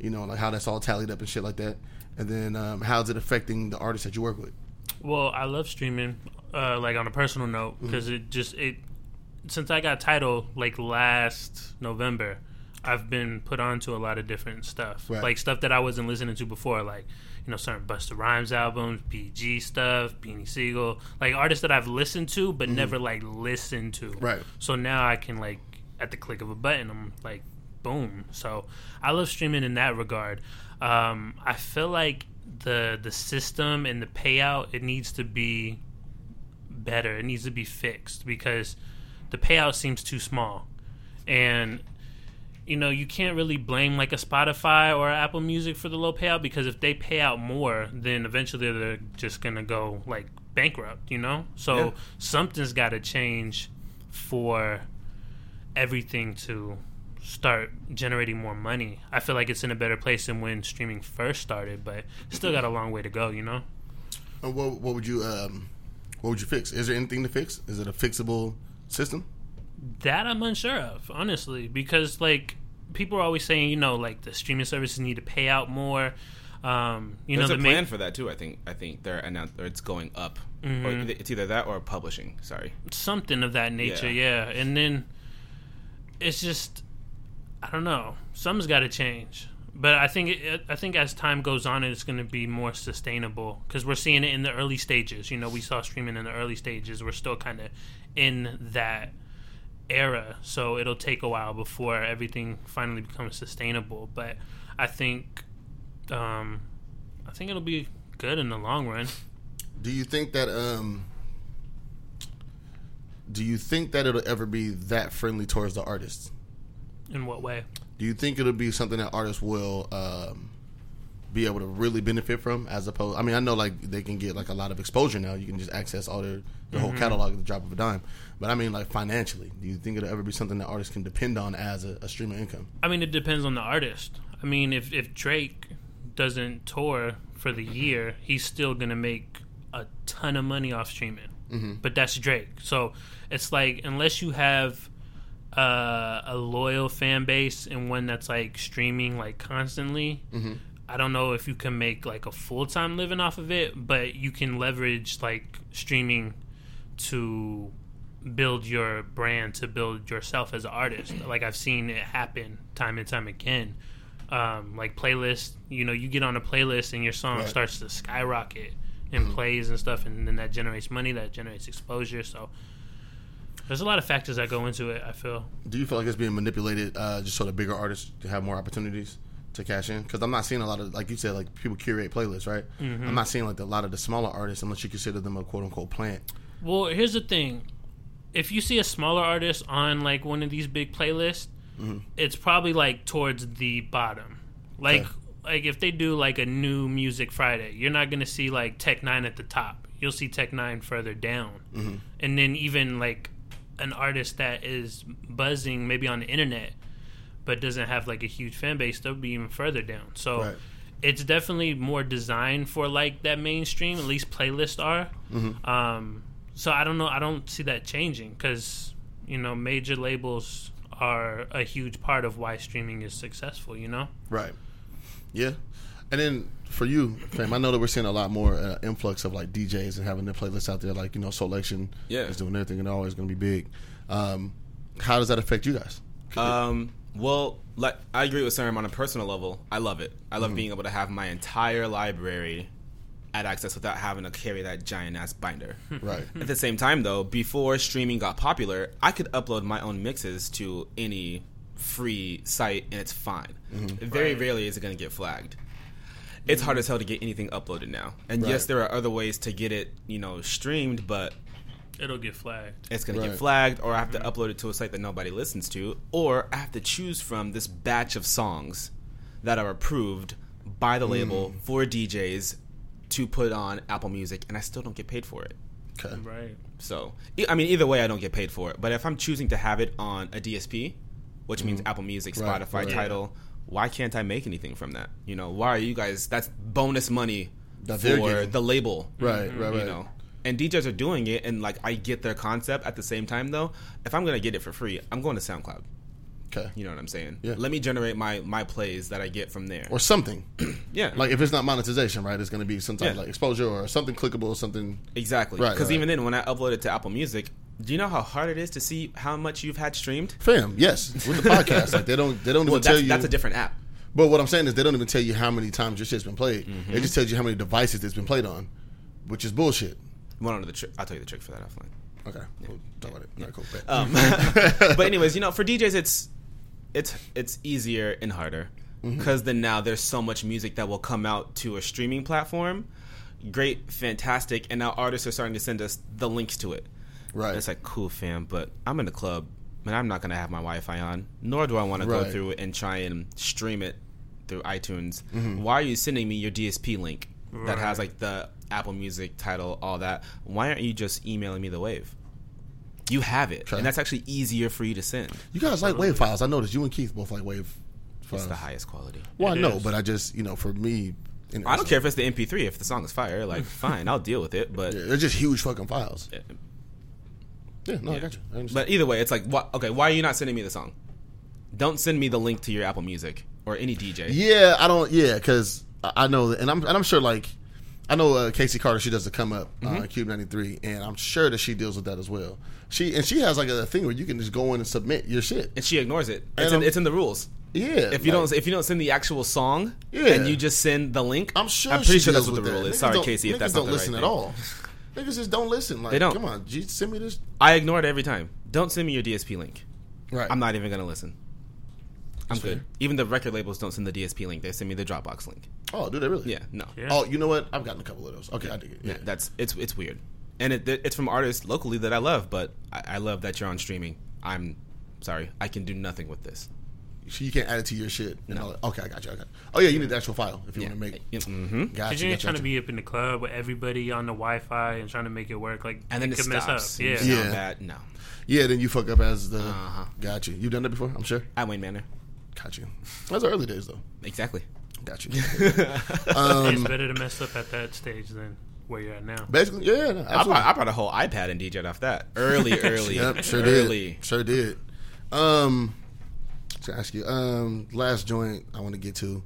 A: You know, like how that's all tallied up and shit like that. And then um, how's it affecting the artists that you work with?
C: Well, I love streaming, uh, like on a personal note,
A: Mm-hmm.
C: because it just it. Since I got title like last November, I've been put onto a lot of different stuff,
A: Right.
C: like stuff that I wasn't listening to before, like you know certain Busta Rhymes albums, BG stuff, Beanie Siegel, like artists that I've listened to
A: Mm-hmm.
C: but never like listened to.
A: Right.
C: So now I can like at the click of a button, I'm like, boom. So I love streaming in that regard. Um, I feel like the the system and the payout it needs to be better. It needs to be fixed because the payout seems too small, and you know you can't really blame like a Spotify or Apple Music for the low payout because if they pay out more, then eventually they're just gonna go like bankrupt. You know, so
B: Yeah.
C: something's got to change for everything to start generating more money. I feel like it's in a better place than when streaming first started, but still got a long way to go. You know.
A: And what, what would you um, what would you fix? Is there anything to fix? Is it a fixable system?
C: That I'm unsure of, honestly, because like people are always saying, you know, like the streaming services need to pay out more. Um, you
B: There's
C: know,
B: a
C: the
B: plan
C: main,
B: for that too. I think. I think they're announced or it's going up. Or
C: Mm-hmm.
B: it's either that or publishing. Sorry.
C: something of that nature, yeah. And then it's just, I don't know, something's got to change. But I think it, I think as time goes on, it's going to be more sustainable because we're seeing it in the early stages. You know, we saw streaming in the early stages. We're still kind of in that era, so it'll take a while before everything finally becomes sustainable. But I think, um, I think it'll be good in the long run.
A: Do you think that um, do you think that it'll ever be that friendly towards the artists?
C: In what way?
A: Do you think it'll be something that artists will um, be able to really benefit from? As opposed, I mean, I know like they can get like a lot of exposure now. You can just access all their the whole catalog at the drop of a dime. But I mean, like financially, do you think it'll ever be something that artists can depend on as a, a stream of income?
C: I mean, it depends on the artist. I mean, if if Drake doesn't tour for the year, he's still gonna make a ton of money off streaming. But that's Drake, so it's like unless you have uh, a loyal fan base and one that's like streaming like constantly. I don't know if you can make like a full time living off of it, but you can leverage like streaming to build your brand, to build yourself as an artist. Like I've seen it happen time and time again. Um, like playlist, you know, you get on a playlist and your song
A: Right.
C: starts to skyrocket and plays and stuff, and then that generates money, that generates exposure. So there's a lot of factors that go into it. I feel.
A: Do you feel like it's being manipulated uh, just so the bigger artists to have more opportunities to cash in? Because I'm not seeing a lot of, like you said, like people curate playlists, right? I'm not seeing like a lot of the smaller artists unless you consider them a quote unquote plant.
C: Well, here's the thing. If you see a smaller artist on like one of these big playlists, it's probably like towards the bottom. Like
A: Okay.
C: like if they do like a new music Friday, you're not going to see like Tech 9 at the top. You'll see Tech 9 further down. And then even like an artist that is buzzing maybe on the internet but doesn't have like a huge fan base, they'll be even further down. So
A: Right.
C: it's definitely more designed for like that mainstream, at least playlists are. Um, so I don't know. I don't see that changing because you know major labels are a huge part of why streaming is successful. You know,
A: Right. Yeah. And then for you, fam, I know that we're seeing a lot more uh, influx of like DJs and having their playlists out there, like you know, Selection
B: Yeah.
A: is doing their thing and they're always going to be big. Um, how does that affect you guys?
B: Um, well, like I agree with Sam on a personal level. I love it. I
C: Mm-hmm.
B: love being able to have my entire library at access without having to carry that giant ass binder. *laughs*
A: Right.
B: At the same time, though, before streaming got popular, I could upload my own mixes to any free site and it's fine.
A: Mm-hmm.
B: Very rarely is it going to get flagged. It's hard as hell to get anything uploaded now. And yes,
A: Right.
B: there are other ways to get it, you know, streamed, but
C: it'll get flagged.
B: it's going to
A: Right.
B: get flagged, or I have to upload it to a site that nobody listens to, or I have to choose from this batch of songs that are approved by the label
A: Mm.
B: for DJs to put on Apple Music, and I still don't get paid for it.
A: Okay.
C: Right.
B: So, e- I mean, either way, I don't get paid for it. But if I'm choosing to have it on a DSP, which means Apple Music,
A: Mm-hmm. Right,
B: Spotify,
A: right.
B: Title, why can't I make anything from that? You know, why are you guys? That's bonus money
A: That they're
B: for
A: getting.
B: the label,
A: Right, right,
B: You
A: right.
B: know, and DJs are doing it, and like I get their concept. At the same time, though, if I'm gonna get it for free, I'm going to SoundCloud.
A: Okay.
B: You know what I'm saying?
A: Yeah.
B: Let me generate my my plays that I get from there.
A: Or something.
B: yeah,
A: like if it's not monetization, right? It's going to be some type of
B: Yeah.
A: like exposure or something clickable or something.
B: exactly.
A: Right,
B: Because
A: right.
B: even then, when I upload it to Apple Music, do you know how hard it is to see how much you've had streamed?
A: Fam, yes, with the podcast, like they don't they don't even
B: Well,
A: tell
B: that's,
A: you.
B: that's a different app.
A: But what I'm saying is they don't even tell you how many times your shit's been played.
B: Mm-hmm.
A: It just tells you how many devices it's been played on, which is bullshit.
B: Well, no, the tri- I'll tell you the trick for that offline.
A: Okay, we'll talk about it. All right, cool. Bet.
B: Um, but anyways, you know, for DJs, it's it's it's easier and harder because then now there's so much music that will come out to a streaming platform. Great, fantastic, and now artists are starting to send us the links to it.
A: *laughs* right.
B: And it's like cool, fam, but I'm in the club and I'm not gonna have my Wi-Fi on, nor do I want to
A: Right.
B: go through and try and stream it through iTunes.
A: Mm-hmm.
B: Why are you sending me your DSP link that has like the Apple Music title, all that? Why aren't you just emailing me the wave? You have it,
A: Okay.
B: and that's actually easier for you to send.
A: You guys like wave files. I noticed you and Keith both like wave files.
B: It's the highest quality.
A: Well, I
C: It
A: know,
C: is.
A: but I just you know, for me, and
B: I don't care if it's the MP3. If the song is
A: *laughs*
B: fire, like fine, I'll deal with it. But
A: They're just huge fucking files. Yeah, no, I
B: Yeah.
A: got you. I understand.
B: But either way, it's like, why, okay, why are you not sending me the song? Don't send me the link to your Apple Music or any DJ.
A: yeah, I don't. Yeah, because I I know, that- and I'm and I'm sure like. I know uh, Casey Carter. She does the come up
B: Mm-hmm.
A: uh, Cube ninety three, and I'm sure that she deals with that as well. She and she has like a thing where you can just go in and submit your shit.
B: and she ignores it.
A: And
B: It's in,
A: I'm-
B: it's in the rules.
A: Yeah,
B: If you
A: like-
B: don't if you don't send the actual song
A: Yeah.
B: and you just send the link,
A: I'm sure.
B: I'm pretty
A: she
B: sure that's
A: deals
B: what the
A: with
B: rule
A: that.
B: is.
A: Niggas
B: Sorry,
A: don't-
B: Casey, if
A: niggas
B: that's
A: don't
B: not the
A: listen
B: right
A: at
B: thing.
A: all. Niggas just don't listen. Like,
B: They don't.
A: Come on, G, send me this.
B: I ignore it every time. Don't send me your DSP link.
A: Right.
B: I'm not even gonna listen. I'm
A: That's
B: good.
A: fair.
B: Even the record labels don't send the DSP link. They send me the Dropbox link.
A: Oh, do they really?
B: Yeah, no.
C: Yeah.
A: Oh, you know what? I've gotten a couple of those. Okay, I dig it. Yeah.
B: Yeah, that's it's it's weird, and it, it's from artists locally that I love. But I, I love that you're on streaming. I'm sorry, I can do nothing with this.
A: so you can't add it to your shit. And all that. Okay, I got you. I got you. Oh yeah, you need the actual file if you
B: Yeah,
A: want to make.
B: hmm
A: Gotcha.
C: Because you ain't
A: gotcha,
C: trying to be up in the club with everybody on the Wi-Fi and trying to make it work. Like,
B: And then
C: it
B: it
C: could mess up.
B: stops.
C: Yeah.
A: Yeah.
B: Bad. No,
A: gotcha. Yeah, then you fuck up as the.
B: Uh-huh.
A: Gotcha. You've done that before, I'm sure.
B: at Wayne Manor.
A: Gotcha. That's the early days though.
B: Exactly.
A: Got
B: *laughs*
A: you. Um,
C: it's better to mess up at that stage than where you're at now.
A: Basically, yeah, no,
B: I
A: absolutely.
B: bought, I bought a whole iPad and DJed off that
A: *laughs*
B: early, early,
A: Yep, sure
B: early.
A: did. Sure did. Um, to ask you, um, last joint I want to get to.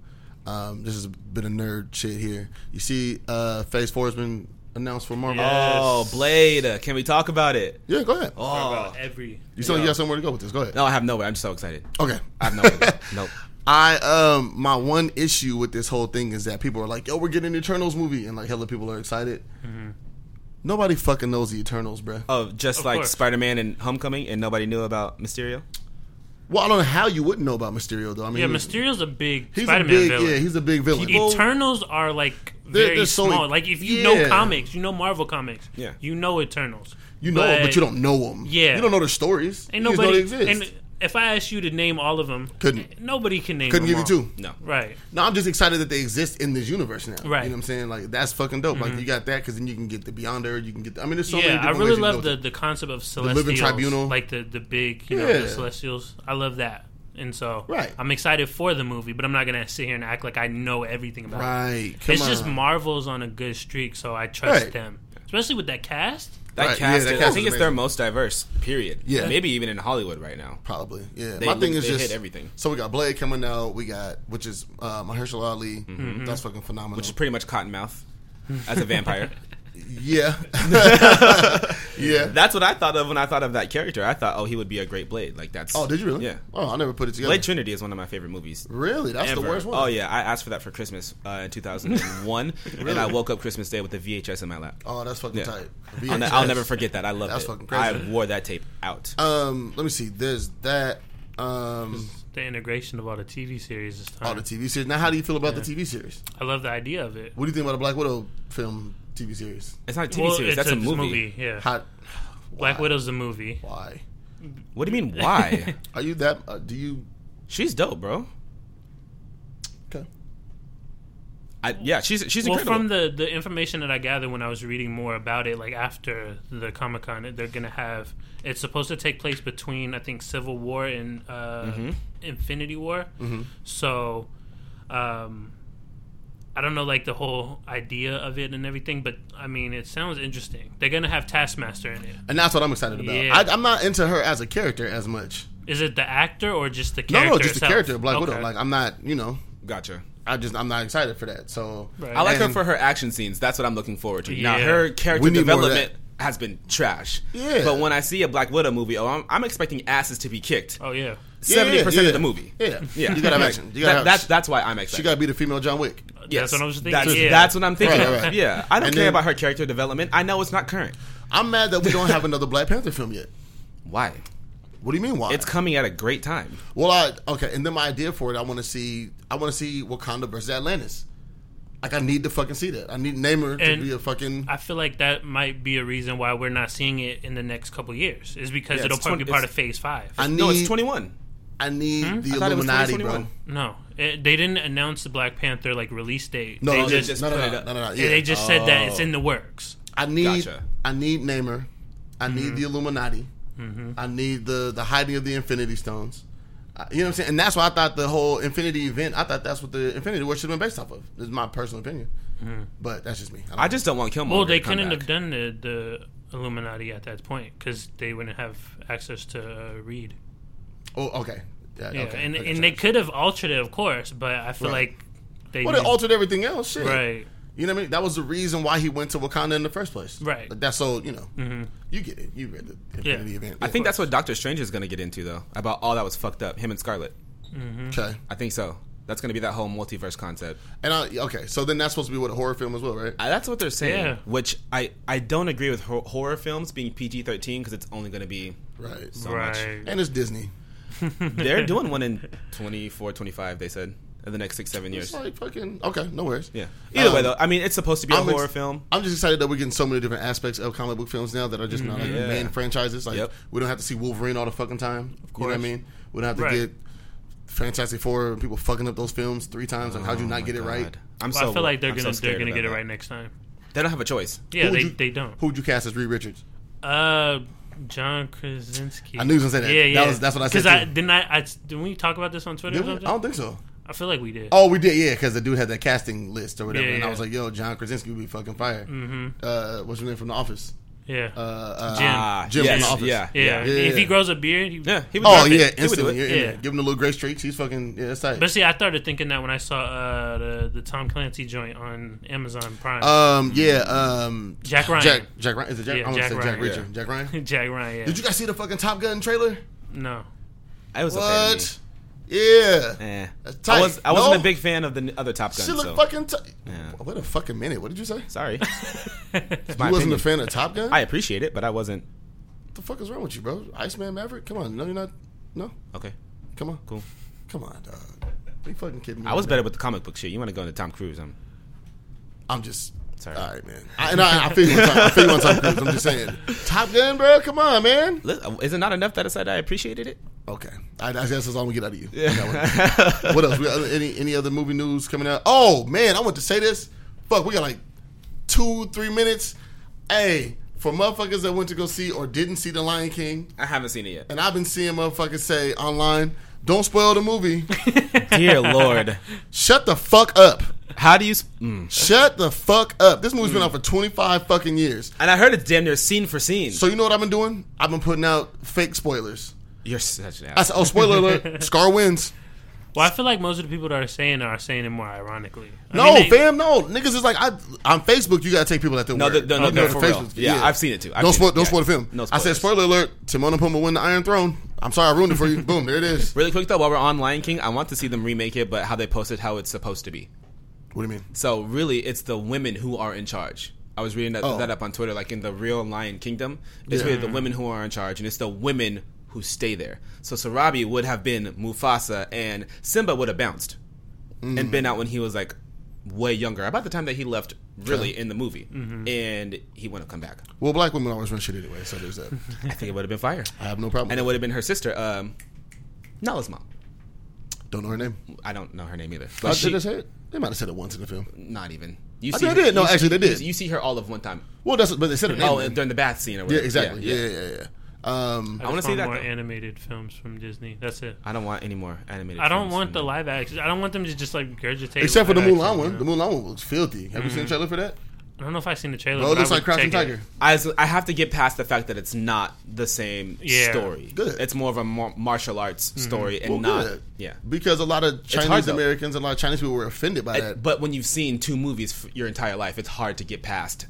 A: Um, this is a bit of nerd shit here. You see, uh, Phase Four has been announced for Marvel.
C: Yeah.
B: Oh,
C: Yes.
B: Blade! uh, Can we talk about it?
A: Yeah, go ahead.
B: Oh
C: About every
A: you still you got somewhere to go with this? Go ahead.
B: no, I have no way. I'm so excited.
A: Okay.
B: I have
A: *laughs*
B: no idea. nope.
A: I um my one issue with this whole thing is that people are like, "Yo, we're getting an Eternals movie," and like hella people are excited. Nobody fucking knows the Eternals, bruh.
B: Oh, just
C: Of
B: like
C: course.
B: Spider-Man and Homecoming, and nobody knew about Mysterio.
A: Well, I don't know how you wouldn't know about Mysterio though. I mean,
C: yeah,
A: he was-
C: Mysterio's a big
A: He's
C: Spider-Man
A: a big
C: villain.
A: yeah, he's a big villain.
C: The Eternals are like
A: They're-
C: very
A: they're so-
C: small. like if you
A: yeah.
C: know comics, you know Marvel comics.
B: Yeah.
C: you know Eternals.
A: you know, but, but you don't know them.
C: Yeah.
A: you don't know their stories.
C: Ain't
A: you just
C: nobody.
A: know they exist.
C: And if I asked you to name all of them,
A: Couldn't.
C: nobody can name.
A: Couldn't
C: them
A: give you
C: all.
A: two.
B: No.
C: Right.
A: No, I'm just excited that they exist in this universe now.
C: Right. Mm-hmm.
A: You know what I'm saying? Like that's fucking dope. Like you got that because then you can get the Beyonder. You can get. The, I mean, there's so many.
C: yeah, I
A: Different
C: really
A: ways you can
C: love
A: go
C: the,
A: with
C: the concept of
A: living
C: celestials,
A: tribunal.
C: like the the big, you know,
A: Yeah.
C: the celestials. I love that, and so
A: Right.
C: I'm excited for the movie, but I'm not gonna sit here and act like I know everything
A: it.
C: about it.
A: right. Come
C: It's just
A: on.
C: Marvel's on a good streak, so I trust
A: Right.
C: them, especially with that cast.
B: That
A: Right, yeah,
B: cast,
A: that
B: is-
A: cast
B: I think
A: is
B: it's their
A: amazing.
B: most diverse. Period.
A: Yeah.
B: Maybe even in Hollywood right now.
A: Probably, yeah.
B: They
A: My thing is
B: look- they
A: just
B: hit everything.
A: So we got Blade coming out. We got which is uh, Mahershala Ali.
C: Mm-hmm.
A: That's fucking phenomenal.
B: Which is pretty much
A: *laughs*
B: Cottonmouth as a vampire. *laughs*
A: yeah, yeah.
B: That's what I thought of when I thought of that character. I thought, oh, he would be a great Blade. Like that's.
A: oh, did you really?
B: Yeah.
A: Oh, I never put it together.
B: Blade Trinity is one of my favorite movies.
A: really? That's
B: ever.
A: the worst one.
B: Oh yeah, I asked for that for Christmas uh, in 2001,
A: *laughs*
B: and I woke up Christmas Day with a VHS in my lap.
A: Oh, that's fucking
B: Yeah.
A: tight.
B: I'll, ne-
A: VHS.
B: I'll never forget that. I loved
A: That's
B: it.
A: fucking crazy.
B: I wore that tape out.
A: Um, let me see. There's that. Um,
C: The integration of all the TV series is time.
A: all the TV series. Now, how do you feel about the TV series?
C: I love the idea of it.
A: What do you think about the Black Widow film TV series?
B: it's not a TV
C: Well,
B: series.
C: it's
B: That's a, movie.
C: Yeah,
A: How?
C: Black
A: why?
C: Widow's a movie.
A: Why?
B: What do you mean?
C: *laughs*
B: Why?
A: Are you that? Uh, do you?
B: she's dope, bro.
A: Okay.
B: I, yeah, she's she's
C: Well,
B: incredible.
C: from the, the information that I gathered when I was reading more about it, like after the Comic Con, they're gonna have. It's supposed to take place between I think Civil War and uh,
A: Mm-hmm.
C: Infinity War. So, um, I don't know like the whole idea of it and everything, but I mean it sounds interesting. They're gonna have Taskmaster in it.
A: And that's what I'm excited about.
C: Yeah.
A: I, I'm not into her as a character as much.
C: Is it the actor or just the
A: No,
C: character?
A: no, just the
C: itself?
A: character of Black Widow.
C: Okay.
A: Like I'm not, you know,
B: gotcha.
A: I just I'm not excited for that. So
C: Right.
B: I like her
A: And-
B: for her action scenes. That's what I'm looking forward to. Now
C: Yeah.
B: her
A: We
B: character
A: need more of
B: development has been trash.
A: Yeah.
B: But when I see a Black Widow movie, oh, I'm, I'm expecting asses to be kicked.
C: oh yeah,
A: Yeah, yeah,
B: Seventy percent
A: yeah.
B: of the movie.
A: Yeah,
B: Yeah,
A: You gotta have
B: Like,
A: action. You gotta
B: that-
A: have,
B: that's that's why I'm
A: she
B: excited.
A: gotta be the female John Wick.
C: that's what I was thinking.
B: That's,
C: yeah.
B: that's what I'm thinking.
A: Right,
B: of.
A: right.
B: Yeah, I don't
A: And
B: care
A: then-
B: about her character development. I know it's not current.
A: I'm mad that we don't have another Black Panther film yet.
B: Why?
A: What do you mean why?
B: It's coming at a great time.
A: well, I okay. And then my idea for it, I want to see, I want to see Wakanda versus Atlantis. Like I need to fucking see that. I need Namor
C: And
A: to be a fucking.
C: I feel like that might be a reason why we're not seeing it in the next couple years. Is because
B: Yeah,
C: it'll
B: it's
C: probably
B: twen-
C: be part of
B: it's-
C: Phase Five.
A: I need.
B: No, it's 21.
A: I need
C: Hmm?
A: the
B: I thought it was
A: Illuminati, bro.
B: 2021.
C: no, it, they didn't announce the Black Panther like release date.
A: No,
C: they
A: no,
C: just,
B: just
A: no, no,
B: put
A: no,
B: it
A: no,
B: up.
A: no, no,
C: they
A: yeah.
C: just said that
B: Oh.
C: it's in the works.
A: I need
B: Gotcha.
A: I need Namer. I need
C: Mm-hmm.
A: the Illuminati. I need the the hiding of the Infinity Stones. I- You know what I'm saying? And that's why I thought the whole Infinity event. I thought that's what the Infinity War should have been based off of. This is my personal opinion,
C: Mm-hmm.
A: but that's just me.
B: I just don't want Killmonger.
C: Well, they
B: to come
C: couldn't
B: back.
C: have done the, the Illuminati at that point because they wouldn't have access to uh, Reed.
A: Oh, okay. Yeah,
C: Yeah,
A: okay.
C: and
A: I got you.
C: and they could have altered it, of course, but I feel
A: Right.
C: like they
A: Well, they
C: used-
A: altered everything else. Shit.
C: right.
A: You know what I mean? That was the reason why he went to Wakanda in the first place.
C: Right.
A: Like, that's so you know. You get it. You read the Infinity event.
B: I think that's what Doctor Strange is going to get into, though, about all that was fucked up. Him and Scarlet.
A: okay.
B: I think so. That's going to be that whole multiverse concept.
A: And I, okay, so then that's supposed to be what a horror film as well, right?
B: Uh, that's what they're saying.
C: Yeah.
B: Which I, I don't agree with hor- horror films being PG 13 because it's only going to be.
A: right.
B: So much.
C: Right.
A: And it's Disney.
C: *laughs*
B: They're doing one in 24, 25, they said, in the next six, seven
A: It's
B: years.
A: like fucking okay, no worries.
B: Yeah. Either way,
A: Um,
B: though, I mean, it's supposed to be a
A: I'm ex-
B: horror film.
A: I'm just excited that we're getting so many different aspects of comic book films now that are just not like
B: Mm-hmm. Yeah.
A: main franchises. Like
B: Yep.
A: we don't have to see Wolverine all the fucking time. Of course. You know what I mean? We don't have to
C: Right.
A: get Fantastic Four and people fucking up those films three times. Like how'd you
B: Oh
A: not
B: my
A: get it right?
B: God. I'm
C: Well,
B: so.
C: I feel like they're
B: I'm so
C: gonna they're
B: scared
C: gonna
B: about
C: get it
B: that.
C: right next time.
B: They don't have a choice.
C: Yeah,
A: Who would
C: they,
A: you-
C: they don't.
A: Who'd you cast as Reed Richards?
C: Uh, John Krasinski.
A: I knew you was gonna say that.
C: Yeah,
A: That
C: yeah.
A: was- that's what I said,
C: Because I
A: too.
C: didn't. I, I didn't we talk about this on Twitter
A: Did
C: or
A: we? I
C: something?
A: don't think so.
C: I feel like we did.
A: Oh, we did, yeah, because the dude had that casting list or whatever,
C: Yeah,
A: and I
C: yeah.
A: was like, "Yo, John Krasinski would be fucking fire." Mm-hmm. Uh, what's your name from The Office?
C: Yeah.
A: Uh, uh,
C: Jim.
B: Ah,
A: Jim
B: yes,
A: from The Office.
B: Yeah,
C: yeah.
A: yeah.
C: If he grows a beard, he,
B: Yeah, he would
A: Oh
B: drop
A: yeah,
B: it. He would do
A: instantly.
B: it.
A: You're in
C: Yeah.
A: there. Give him the little gray streaks. He's fucking yeah, that's tight.
C: But see, I started thinking that when I saw uh, the the Tom Clancy joint on Amazon Prime.
A: um, yeah. Um,
C: Jack Ryan.
A: Jack, Jack Ryan. Is it Jack?
C: Yeah,
A: I want to
C: Jack
A: say Jack
C: Ryan.
A: Reacher.
B: Yeah.
A: Jack Ryan.
C: *laughs* Jack Ryan. Yeah.
A: Did you guys see the fucking Top Gun trailer?
C: no.
B: I was okay
A: What?
B: with
A: Yeah.
B: me. Eh.
A: That's tight.
B: I was I wasn't
A: No.
B: a big fan of the n- other Top Gun.
A: She looked
B: so.
A: fucking. T-
B: Yeah.
A: Wait a fucking minute. What did you say?
B: Sorry,
C: I
A: You
B: My
A: wasn't
B: opinion.
A: a fan of Top Gun.
B: I appreciate it, but I wasn't.
A: What the fuck is wrong with you, bro? Iceman Maverick. Come on. No, you're not. No.
B: Okay,
A: Come on.
B: cool.
A: Come on, dog. Are you fucking kidding me?
B: I was better with the comic book shit. You want to go into Tom Cruise? um, I'm
A: I'm just.
B: Sorry.
A: All right, man. I, and I, I feel you on Tom, I feel you on Tom Cruise. I'm just saying. Top Gun, bro. Come on, man.
B: Li- uh, Is it not enough that I said I appreciated it?
A: Okay. I, I guess that's all I'm gonna get out of you. That one. what else? We got any any other movie news coming out? Oh man, I want to say this. Fuck, we got like two, three minutes. Hey, for motherfuckers that went to go see or didn't see The Lion King,
B: I haven't seen it
A: *laughs* and I've been seeing motherfuckers say online, don't spoil the
B: *laughs*
A: movie.
B: yet. Dear Lord,
A: Shut the fuck up.
B: how do you? Sp- mm.
A: Shut the fuck up. This movie's been out for 25 fucking years.
B: And I heard it's damn near scene for scene.
A: So you know what I've been doing? I've been putting out fake spoilers.
B: You're such an
A: I
B: ass.
A: said, oh, spoiler
B: *laughs*
A: alert, Scar wins.
C: *laughs* Well, I feel like most of the people that are saying it are saying it more ironically. I
A: No,
C: mean, they-
A: fam, no. Niggas is like, I on Facebook, you gotta take people at their
B: No,
A: word.
B: the- the- no,
A: You know,
B: no,
A: the
B: for real. Yeah, I've seen it too. I've
A: don't
B: seen
A: spoil,
B: it.
A: don't
B: Yeah.
A: spoil the film.
B: No
A: I said,
B: spoilers.
A: spoiler alert: Timon and Pumbaa win the Iron Throne. I'm sorry, I ruined it for
B: *laughs*
A: you. Boom, there it is.
B: Really quick though, while we're on Lion King, I want to see them remake it, but how they posted how it's supposed to be.
A: What do you mean?
B: So really, it's the women who are in charge. I was reading that,
A: Oh.
B: that up on Twitter, like in the real Lion Kingdom, it's
A: Yeah.
B: really the women who are in charge, and it's the women who stay there. So Sarabi would have been Mufasa, and Simba would have bounced
A: Mm.
B: and been out when he was like way younger, about the time that he left, really in the movie, and he wouldn't have come back.
A: Well, black women always run shit anyway, so there's that.
B: I think it would have been fire,
A: I have no problem.
B: and it would have been her sister, um, Nala's mom.
A: don't know her name.
B: I don't know her name either,
A: I
B: but
A: should
B: she,
A: have said they might have said it once in the film.
B: not even. You
A: I think they did. No,
B: you see-
A: actually, they did.
B: You see her all of one time.
A: Well, that's but they said her name.
B: Oh,
A: then.
B: and during the bath scene or
A: yeah,
B: whatever.
A: exactly. Yeah, yeah, yeah. yeah, Um,
C: I
B: wanna
C: want
B: see that,
C: more
B: though.
C: animated films from Disney. That's it.
B: I don't want any more animated.
C: I don't
B: films
C: want
B: from
C: the
B: them.
C: live action. I don't want them to just like regurgitate.
A: except for the
C: live action,
A: Mulan
C: you
A: one.
C: know?
A: The Mulan one was filthy. Have you
B: Mm-hmm.
A: seen the trailer for that?
C: I don't know if I've seen the trailer.
A: Bro, it
C: but I
A: looks
C: would
A: like Crouching
C: check it.
A: Tiger.
B: I, s- I have to get past the fact that it's not the same
C: Yeah. Mm-hmm.
B: story.
A: Good.
B: It's more of a mar- martial arts story and
A: Well,
B: not
A: good.
B: yeah.
A: Because a lot of
B: hard,
A: Chinese
B: though.
A: Americans, and a lot of Chinese people were offended by
B: It-
A: that.
B: but when you've seen two movies f- your entire life, it's hard to get past.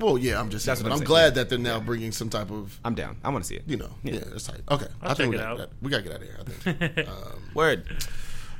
A: Well, yeah, I'm just. Saying,
B: That's
A: but
B: what I'm
A: I'm
B: saying,
A: glad
B: yeah.
A: that they're now bringing some type of
B: I'm down. I want to see it.
A: you know, yeah, that's tight. Okay, i
C: check
A: think we
C: it
A: got,
C: out.
A: we got to get out of here.
B: *laughs*
A: I think.
B: Word.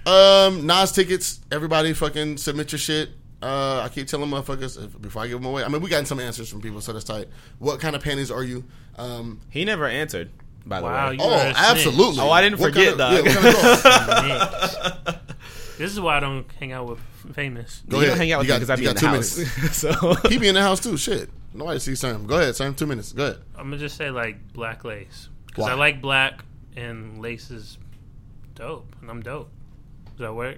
A: um, Nas tickets, everybody, fucking submit your shit. Uh, I keep telling motherfuckers if, before I give them away. I mean, we gotten some answers from people, so that's tight. What kind of panties are you? Um,
B: He never answered. By the
C: Wow,
B: way.
C: you
A: oh,
C: are a snitch.
A: absolutely.
B: Oh, I didn't
A: What
B: forget,
A: kind of-
B: dog.
A: yeah,
B: *laughs*
A: what kind of dog?
C: Bitch. this is why I don't hang out with famous.
A: Go
B: you
A: ahead.
B: don't hang out with
A: Oh, You
B: him because
A: got-
B: I
A: you
B: be
A: got
B: in the
A: two
B: house. *laughs* so
A: he be in the house too. Shit, nobody sees Sam. Go ahead, Sam. Two minutes. Go ahead.
C: I'm gonna just say like black lace because
A: Why?
C: I like black and lace is dope and I'm dope. Does that work?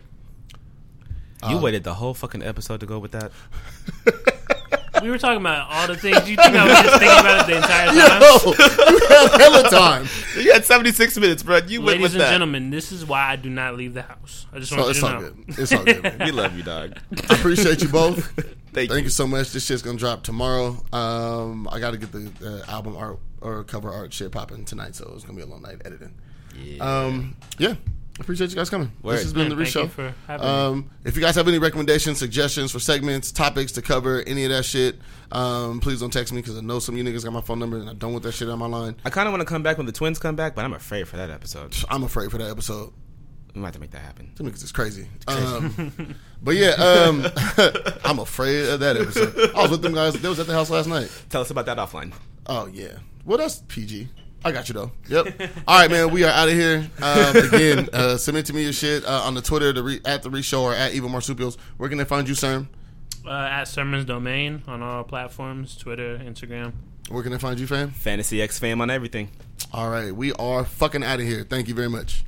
B: you waited the whole fucking episode to go
A: *laughs*
B: with that.
C: We were talking about all the things. You think I was just thinking about it the entire
A: *laughs*
C: time?
A: Yo, Oh, you had hella time.
B: You had 76 minutes, bro. You went
C: Ladies
B: with
C: and
B: that.
C: gentlemen, this is why I do not leave the house. I just want
A: So Oh, it's
C: you to
A: all
C: know.
A: good. It's all good. Man.
B: *laughs* We love you, dog.
A: I appreciate you both.
B: Thank,
A: Thank
B: you.
A: you so much. This shit's gonna drop tomorrow. Um, I gotta get the uh, album art or cover art shit popping tonight, so it's gonna be a long night editing. Yeah. Um, yeah. I appreciate you guys coming.
B: Word.
A: This has been the
C: Thank you
A: reshow.
C: for having me.
A: Um, if you guys have any recommendations, suggestions for segments, topics to cover, any of that shit, um, please don't text me because I know some of you niggas got my phone number and I don't want that shit on my line.
B: I kind of want to come back when the twins come back, but I'm afraid for that episode.
A: I'm afraid for that episode.
B: We might have to make that happen.
A: Them niggas is crazy. Um, but yeah, um, *laughs* I'm afraid of that episode. I was with them guys. They was at the house last night.
B: Tell us about that offline.
A: Oh yeah. Well, that's PG. I got you though. Yep. All right, man. We are out of here. Um, again, uh, submit to me your shit uh, on the Twitter the re- at the reshow or at Evil Marsupials. Where can they find you, Sam?
C: *laughs* Uh, at Sermon's Domain on all platforms Twitter, Instagram.
A: Where can they find you, fam?
B: Fantasy X fam on everything.
A: All right, we are fucking out of here. Thank you very much.